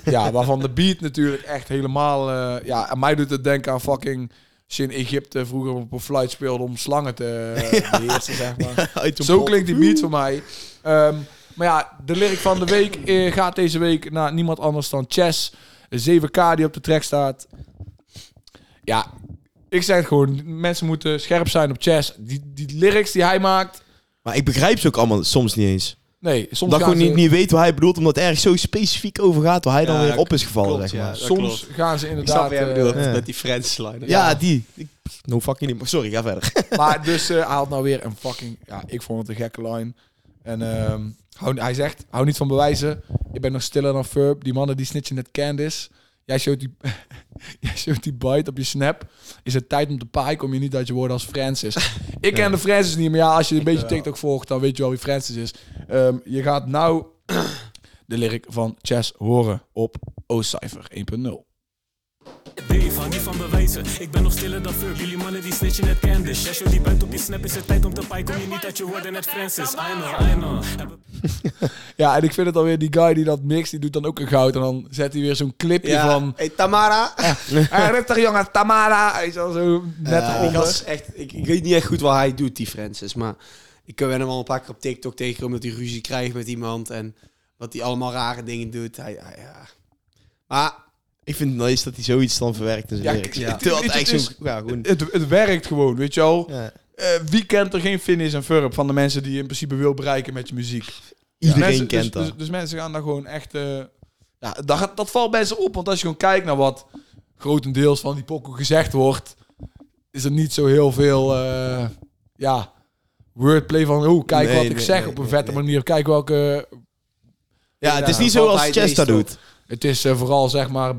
ja, waarvan de beat natuurlijk echt helemaal... eh, ja, aan mij doet het denken aan fucking... Als je in Egypte vroeger op een flight speelde om slangen te eh, beheersen, zeg maar.
Uit een
eh, Zo
bos.
klinkt die beat voor mij. Ehm, maar ja, de lyric van de week eh, gaat deze week naar niemand anders dan Chess. 7K die op de track staat. Ja, ik zeg het gewoon. Mensen moeten scherp zijn op Chess. Die, die lyrics die hij maakt...
Maar ik begrijp ze ook allemaal soms niet eens.
Nee, soms
Omdat ik
gaan
gewoon
ze,
niet, niet weet wat hij bedoelt, omdat het erg zo specifiek over gaat waar hij dan
Ja,
weer op is gevallen,
klopt,
zeg
ja.
maar.
Dat
soms
klopt.
gaan ze
Ik snap
inderdaad...
wat jij
eh,
bedoelt.
ja.
Met die friends slider.
Ja, die. Ik- No fucking niet. maar Sorry, ga verder.
maar dus eh, hij had nou weer een fucking... Ja, ik vond het een gekke line. En ehm, hou, hij zegt, hou niet van bewijzen. Je bent nog stiller dan Furb. Die mannen die snitchen net Candice. Jij showt die, jij showt die bite op je snap. Is het tijd om te paaien? Kom je niet uit je woorden als Francis. ik ken de Francis niet, maar ja, als je een beetje TikTok volgt, dan weet je wel wie Francis is. Ehm, je gaat nou de lyric van Chess horen op O-Cypher 1.0.
Nee, ik hou niet van bewijzen. Ik ben nog stiller dan Furb. Jullie mannen die snitchen net Candice. Shasho die buit op die snap. Is het tijd om te paaien? Kom je niet uit je woorden net Francis. I know, I know. Heb-
Ja, en ik vind het alweer, die guy die dat mixt, die doet dan ook een goud. En dan zet hij weer zo'n clipje
Ja.
van...
Hey, Tamara.
Hey, Eh, rustig jongen, Tamara! Hij is al zo net
Eh,
Ja, die
eronder.
gast is echt, ik, ik weet niet echt goed wat hij doet, die Francis. Maar ik ben hem al een paar keer op TikTok tegengekomen dat hij ruzie krijgt met iemand. En wat hij allemaal rare dingen doet. Hij, hij- ja. Maar
Ik vind het nice dat hij zoiets dan verwerkt in zijn
Ja,
lyrics.
ik-
Ja,
het-
Terwijl het
het
eigenlijk zo... Ja, gewoon...
Het, het werkt gewoon, weet je wel.
Ja.
Eh, wie kent er geen finish en verb van de mensen die je in principe wil bereiken met je muziek?
Iedereen
Mensen- dus-
kent dat.
Dus, dus mensen gaan daar gewoon echt... eh, ja, dat, gaat- dat valt mensen op, want als je gewoon kijkt naar wat grotendeels van die pokken gezegd wordt... is er niet zo heel veel... eh, ja, wordplay van... Oh, kijk
Nee,
wat ik
nee,
zeg
nee,
op een
nee,
vette
nee.
manier. Kijk welke...
ja, het is
Ja,
niet
wat
zo als
hij
Chester
meest
doet.
Het is eh, vooral, zeg maar,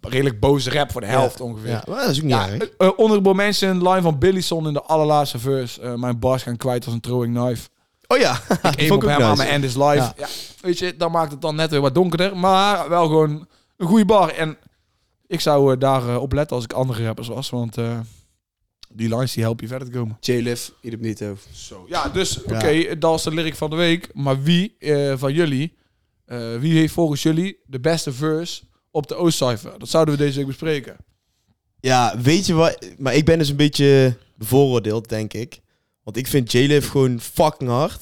redelijk boze rap voor de helft ongeveer.
Ja,
Ja.
maar dat is ook niet erg.
eh, eh, honorable mention, line van Billison in de allerlaatste verse. eh, mijn bars gaan kwijt als een throwing knife.
Oh ja,
Ik aim op
ook
hem
nice.
aan mijn end is live. Ja.
Ja.
Weet je, dan maakt het dan net weer wat donkerder. Maar wel gewoon een goede bar. En ik zou eh, daar eh, op letten als ik andere rappers was. Want eh, die lines die helpen je verder te komen.
J-Liv, hier op niet over.
Zo. Ja, dus oké,
Ja.
dat is de lyric van de week. Maar wie eh, van jullie, eh, wie heeft volgens jullie de beste verse op de Oostcijfer? Dat zouden we deze week bespreken.
Ja, weet je wat? Maar ik ben dus een beetje bevooroordeeld, denk ik. Want ik vind J-Liv gewoon fucking hard.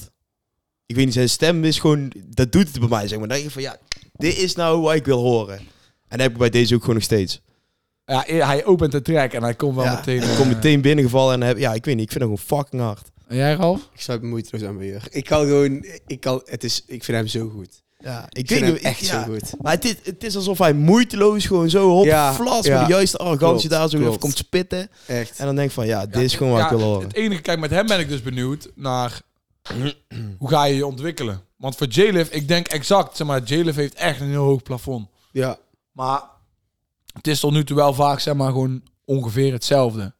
ik weet niet, zijn stem is gewoon, dat doet het bij mij, zeg maar. Dan denk ik van, ja, dit is nou wat ik wil horen. En dat heb ik bij deze ook gewoon nog steeds.
Ja, hij opent de track en hij komt wel
Ja,
meteen...
Ik
eh,
kom meteen binnengevallen en heb, ja, ik weet niet, ik vind dat gewoon fucking hard.
En jij, Ralf?
Ik zou het moeiteloos aan weer. Ik kan gewoon, ik kan, het is, ik vind hem zo goed.
Ja, ik,
Ik vind hem
niet,
echt
ja.
zo goed.
Maar het is, het is alsof hij moeiteloos gewoon zo hop,
Ja,
flas,
ja.
met de juiste arrogantie
Klopt,
daar zo even
klopt.
komt spitten.
Echt.
En dan denk ik van, ja, dit is gewoon wat ik wil horen.
Het enige, kijk, met hem ben ik dus benieuwd naar hoe ga je je ontwikkelen. Want voor J-Liv, ik denk exact, zeg maar, J-Liv heeft echt een heel hoog plafond.
Ja.
Maar het is tot nu toe wel vaak, zeg maar, gewoon ongeveer hetzelfde.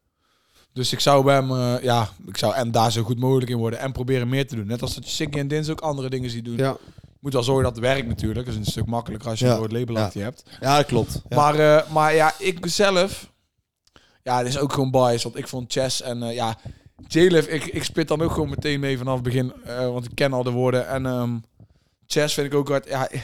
Dus ik zou bij hem, eh, ja, ik zou hem daar zo goed mogelijk in worden en proberen meer te doen. Net als dat je Siggy en Dins ook andere dingen ziet doen.
Ja.
Moet wel zorgen dat het werkt natuurlijk. Dat is een stuk makkelijker als je
Ja.
een groot label
Ja.
achter je hebt.
Ja, dat klopt. Ja.
Maar, eh, maar ja, ik zelf... Ja, het is ook gewoon bias. Want ik vond Chess en eh, ja... J-Liv, ik, ik spit dan ook gewoon meteen mee vanaf het begin. eh, want ik ken al de woorden. En ehm Chess vind ik ook hard. Ja, ik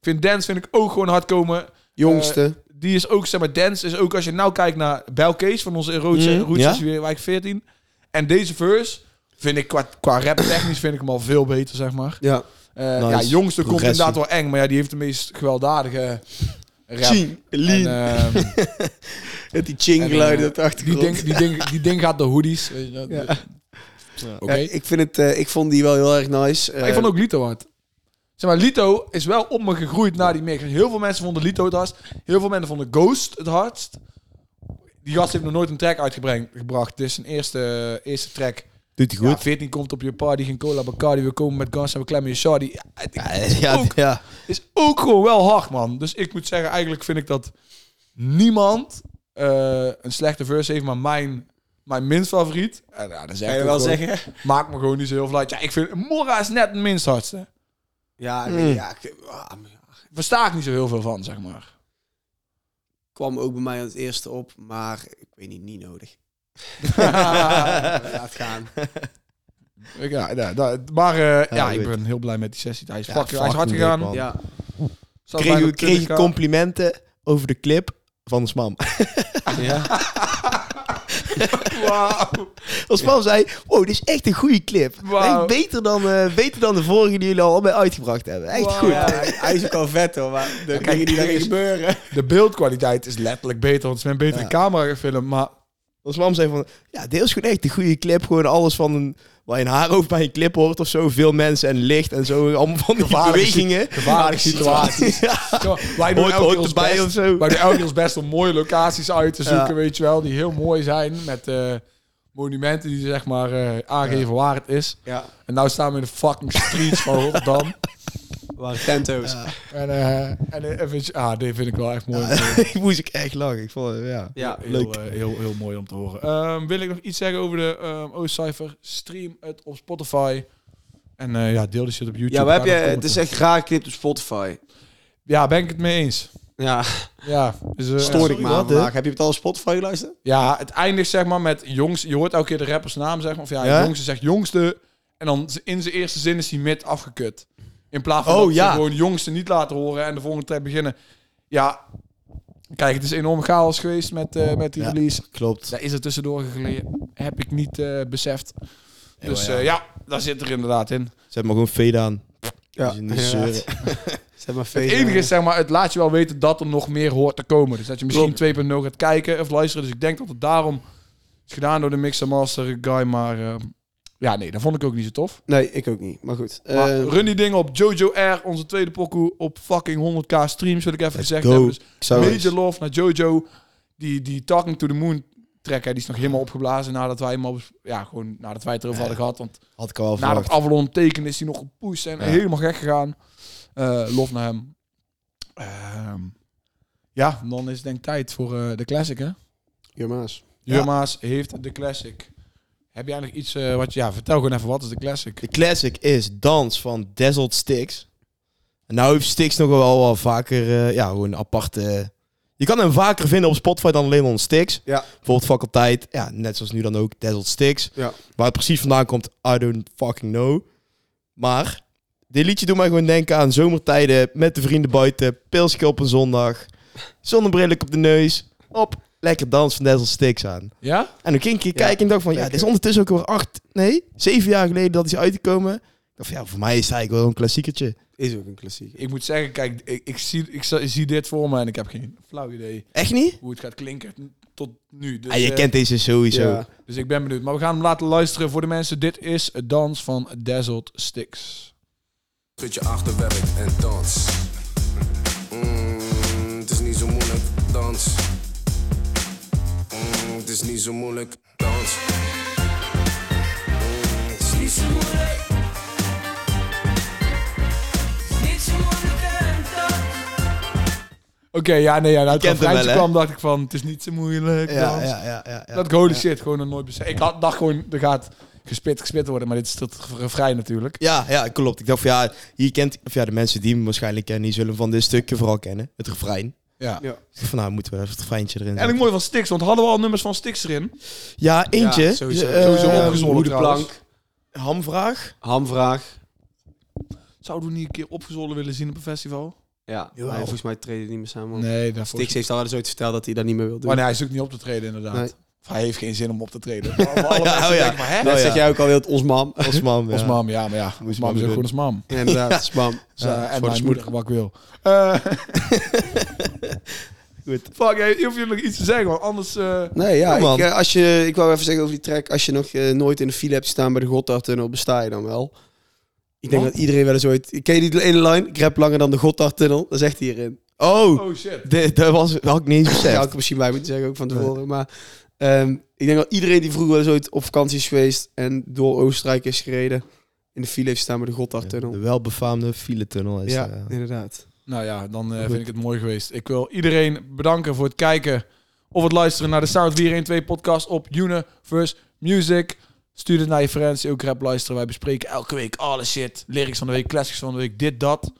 vind Dance vind ik ook gewoon hard komen.
Jongste.
Die is ook, zeg maar, Dance is ook... Als je nou kijkt naar Bel Kees van onze Roots
Mhm,
Roots
ja.
is weer Wijk 14. En deze verse vind ik qua, qua rap technisch vind ik hem al veel beter, zeg maar.
ja.
Eh,
Nice.
Ja, jongste komt
Progressie.
inderdaad wel eng. Maar ja, die heeft de meest gewelddadige rap.
Ching,
En,
lean.
ehm,
Het die ching
en,
geluid
eh,
op de
Die
achtergrond.
ding, die, ding, die ding gaat de hoodies. Weet je, dat-
Ja.
Oké.
Ja, ik, vind het, eh, ik vond die wel heel erg nice. Eh,
Maar ik vond ook Lito hard. Zeg maar, Lito is wel op me gegroeid na die mix. Heel veel mensen vonden Lito het hardst. Heel veel mensen vonden Ghost het hardst. Die gast heeft nog nooit een track uitgebracht. Dit is zijn eerste, eerste track.
Doet hij
Ja,
goed?
14 komt op je party, geen cola, Bacardi. We komen met Guns en we klemmen je shardy. Ja, het
Ja, ja,
ook-
ja.
is ook gewoon wel hard, man. Dus ik moet zeggen, eigenlijk vind ik dat niemand eh, een slechte verse heeft. Maar mijn, mijn minst favoriet... En, ja, dat zeg ik ook gewoon.
zeggen?
Maakt me gewoon niet zo heel veel uit. Ja, ik vind Morra is net het minst hardste.
Ja,
Mm.
Hmm.
nee, ja, ik ah, maar ja.
Versta ik niet zo heel veel van, zeg maar.
kwam ook bij mij als eerste op, maar ik weet niet, niet nodig. Ah, Laat gaan.
Ik- ja, ja, dat- maar eh, ja,
ik
ik
weet
ben heel blij met die sessie. Hij is,
Ja,
fuck, hij is hard
fucking
gegaan.
leuk, man.
Ja.
Ja,
Staat bijna
Kreeg,
op
kreeg
20k.
complimenten over de clip van Smam.
ja.
Wauw.
Als Smam zei, wow, dit is echt een goede clip.
Wauw.
Echt Beter, dan, eh, beter dan de vorige die jullie al allemaal uitgebracht hebben. Echt
Wauw.
goed.
Ja,
hij is ook al vet hoor, maar de
dingen die daarin
gebeuren.
De beeldkwaliteit is letterlijk beter, want het is met een betere
Ja.
camera gefilmd. Maar
Als Mam zei van, ja, dit is gewoon echt een goede clip. Gewoon alles van een, waar je een haar over bij een clip hoort of zo. Veel mensen en licht en zo. Allemaal van die
Gevaarlijke
bewegingen.
gevaarlijke situaties.
Ja.
Zo, wij doen elke
Hoort,
keer
hoort
ons
erbij
best.
of zo.
Wij doen elke keer ons best om mooie locaties uit te zoeken,
Ja.
weet je wel. Die heel mooi zijn, met eh, monumenten die zeg maar eh, aangeven waar het is.
Ja,
En nou staan we in de fucking streets van Rotterdam.
waren tento's. Ja,
En, eh, en eh, even, ah, dit vind ik wel echt mooi. om te horen.
Ik moest ik echt lachen. Ik vond het, ja.
Heel, eh, heel, heel mooi om te horen. Ehm, wil ik nog iets zeggen over de ehm O-Cypher? Stream het op Spotify. En eh, ja, deel die shit op YouTube.
Ja, maar heb je,
Ga nog
het is echt raar geknipt op Spotify.
Ja, ben ik het mee eens.
Ja,
Ja, is, eh,
stoor ik
sorry,
me
wat,
aan
hè?
vandaag. Heb je het al op Spotify geluisterd?
Ja, het eindigt zeg maar met jongs. Je hoort elke keer de rappers naam zeggen. Of ja,
Ja?
jongste zegt jongste. En dan z- in zijn eerste zin is hij mid afgekut. In plaats van
Oh,
dat ze
ja.
gewoon jongste niet laten horen en de volgende tijd beginnen. Ja, kijk, het is enorm chaos geweest met, eh, met die
Ja.
release.
Klopt.
Daar is er tussendoor geleden. Heb ik niet eh, beseft.
Ja,
dus
ja.
eh, ja, daar zit er inderdaad in.
Zet maar gewoon fade aan.
Ja,
Dus je niet zeuren.
Zet maar
Het
veel.
enige is, zeg maar, het laat je wel weten dat er nog meer hoort te komen. Dus dat je misschien 2.0 gaat kijken of luisteren. Dus ik denk dat het daarom is gedaan door de Mixer Master Guy. Maar eh, ja, nee, dat vond ik ook niet zo tof.
Nee, ik ook niet, maar goed.
Maar
Eh,
run die dingen op Jojo R, onze tweede pokoe, op fucking 100k streams, wil ik even gezegd
go.
hebben. Dus
Ik zou
major love naar Jojo. Die, die Talking to the Moon track, hè, die is nog helemaal opgeblazen nadat wij hem al... bes- Ja, gewoon nadat wij het erover hadden gehad. Want
Had ik al wel
nadat
verwacht.
Avalon tekende is hij nog gepusht en
Ja.
helemaal gek gegaan. Eh lof naar hem. Ehm, ja, dan is het denk ik tijd voor eh, de classic, hè?
Jurmaas.
Ja.
Jurma's heeft de classic. Heb jij nog iets eh, wat je... Ja, vertel gewoon even, wat is de classic?
De classic is Dans van Dazzled Sticks. En nou heeft Sticks nog wel, wel vaker, eh, ja, gewoon een aparte... je kan hem vaker vinden op Spotify dan alleen onder Sticks.
Ja.
Bijvoorbeeld faculteit, ja, net zoals nu dan ook, Dazzled Sticks.
Ja.
Waar het precies vandaan komt, I don't fucking know. Maar dit liedje doet mij gewoon denken aan zomertijden met de vrienden buiten. Pilsje op een zondag. Zonnebrillen op de neus. Op, lekker dans van Dazzled Sticks aan.
Ja?
En toen ging ik hier
Ja,
kijken en dacht van, ja,
lekker.
dit is ondertussen ook weer acht, nee, zeven jaar geleden dat is uitgekomen. Of ja, voor mij is het eigenlijk wel een klassiekertje.
Is ook een klassieker.
Ik moet zeggen, kijk, ik, ik, zie, ik za- zie dit voor me en ik heb geen flauw idee
Echt niet?
hoe het gaat klinken tot nu. Dus,
Ah, je
eh,
kent deze sowieso.
Ja.
dus ik ben benieuwd. Maar we gaan hem laten luisteren voor de mensen. Dit is het Dans van Dazzled Sticks.
Schud je achterwerk en dans. Mm, het is niet zo moeilijk, dans. Mm, het is niet zo moeilijk, dans. Mm, het is niet zo moeilijk.
Oké, ja, nee, ja. Nou, het
kent hem
refreintje
wel, hè?
kwam, dacht ik van, het is niet zo moeilijk.
Ja,
dans.
ja, ja, ja, ja.
Dat ik holy shit, gewoon nog nooit besef. Ik had, dacht gewoon, er gaat gespit, gespit worden, maar dit is het refrein natuurlijk.
Ja, ja, klopt. Ik dacht van ja, hier kent, of ja, de mensen die hem waarschijnlijk kennen, die zullen van dit stukje vooral kennen. Het refrein.
Ja.
Ja.
Ik dacht van nou, moeten we even het refreintje erin
En ik
zetten.
mooi van Stix, want hadden we al nummers van Stix erin?
Ja, eentje.
Ja, sowieso.
eh,
Sowieso opgezwollen
Hoe de
trouwens.
plank,
Hamvraag.
hamvraag.
Zouden we niet een keer opgezwollen willen zien op een festival?
Ja,
Jawel.
maar volgens mij treden die niet meer samen. Nee,
Nee, daarvoor.
Stix heeft al eens ooit verteld dat hij dat niet meer wil doen.
Maar nee, hij is ook niet op te treden inderdaad.
Nee.
Of hij heeft geen zin om op te treden. Maar alle
ja,
mensen
oh ja.
denken maar, hè?
Dat
Oh,
zeg
ja.
jij ook al heel het ons mam.
Als man.
Als
ja.
mam, ja, maar ja.
Moet je
mam
maar
is ook gewoon
doen.
als mam.
Ja, inderdaad, ons mam.
Eh, en
voor de
mijn moeder, wat ik wil. Eh,
Goed.
fuck, hey, hoef je nog iets te zeggen, want anders... eh,
Nee, ja,
Ja, man.
ik, eh, als je, ik wou even zeggen over die track. Als je nog eh, nooit in de file hebt staan bij de Gotthardtunnel, besta je dan wel? Ik denk
Wat?
dat iedereen wel eens ooit... Ken je die ene line? Ik rap langer dan de Gotthardtunnel. Dat zegt hij hierin.
Oh,
Oh shit.
dit- dat was, had ik niet eens
Dat
beseft.
had ik er misschien bij moeten zeggen ook van tevoren. Maar ehm, ik denk dat iedereen die vroeger wel eens ooit op vakantie is geweest en door Oostenrijk is gereden, in de file heeft staan bij de Gotthardtunnel.
De welbefaamde filetunnel is eh,
Ja,
ja.
inderdaad.
Nou ja, dan eh,
Goed.
vind ik het mooi geweest. Ik wil iedereen bedanken voor het kijken of het luisteren naar de Sound 412 podcast op Universe Music. Stuur het naar je friends, die ook rap luisteren. Wij bespreken elke week alle shit. Lyrics van de week, classics van de week, dit, dat.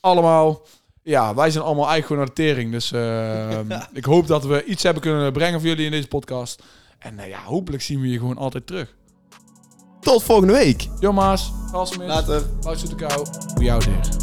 Allemaal. Ja, wij zijn allemaal eigen gewoon naar de tering. Dus ehm, ik hoop dat we iets hebben kunnen brengen voor jullie in deze podcast. En eh, ja, hopelijk zien we je gewoon altijd terug.
Tot volgende week.
Yo Maas, Rasmus,
Later.
Wout Soetekou, we out here.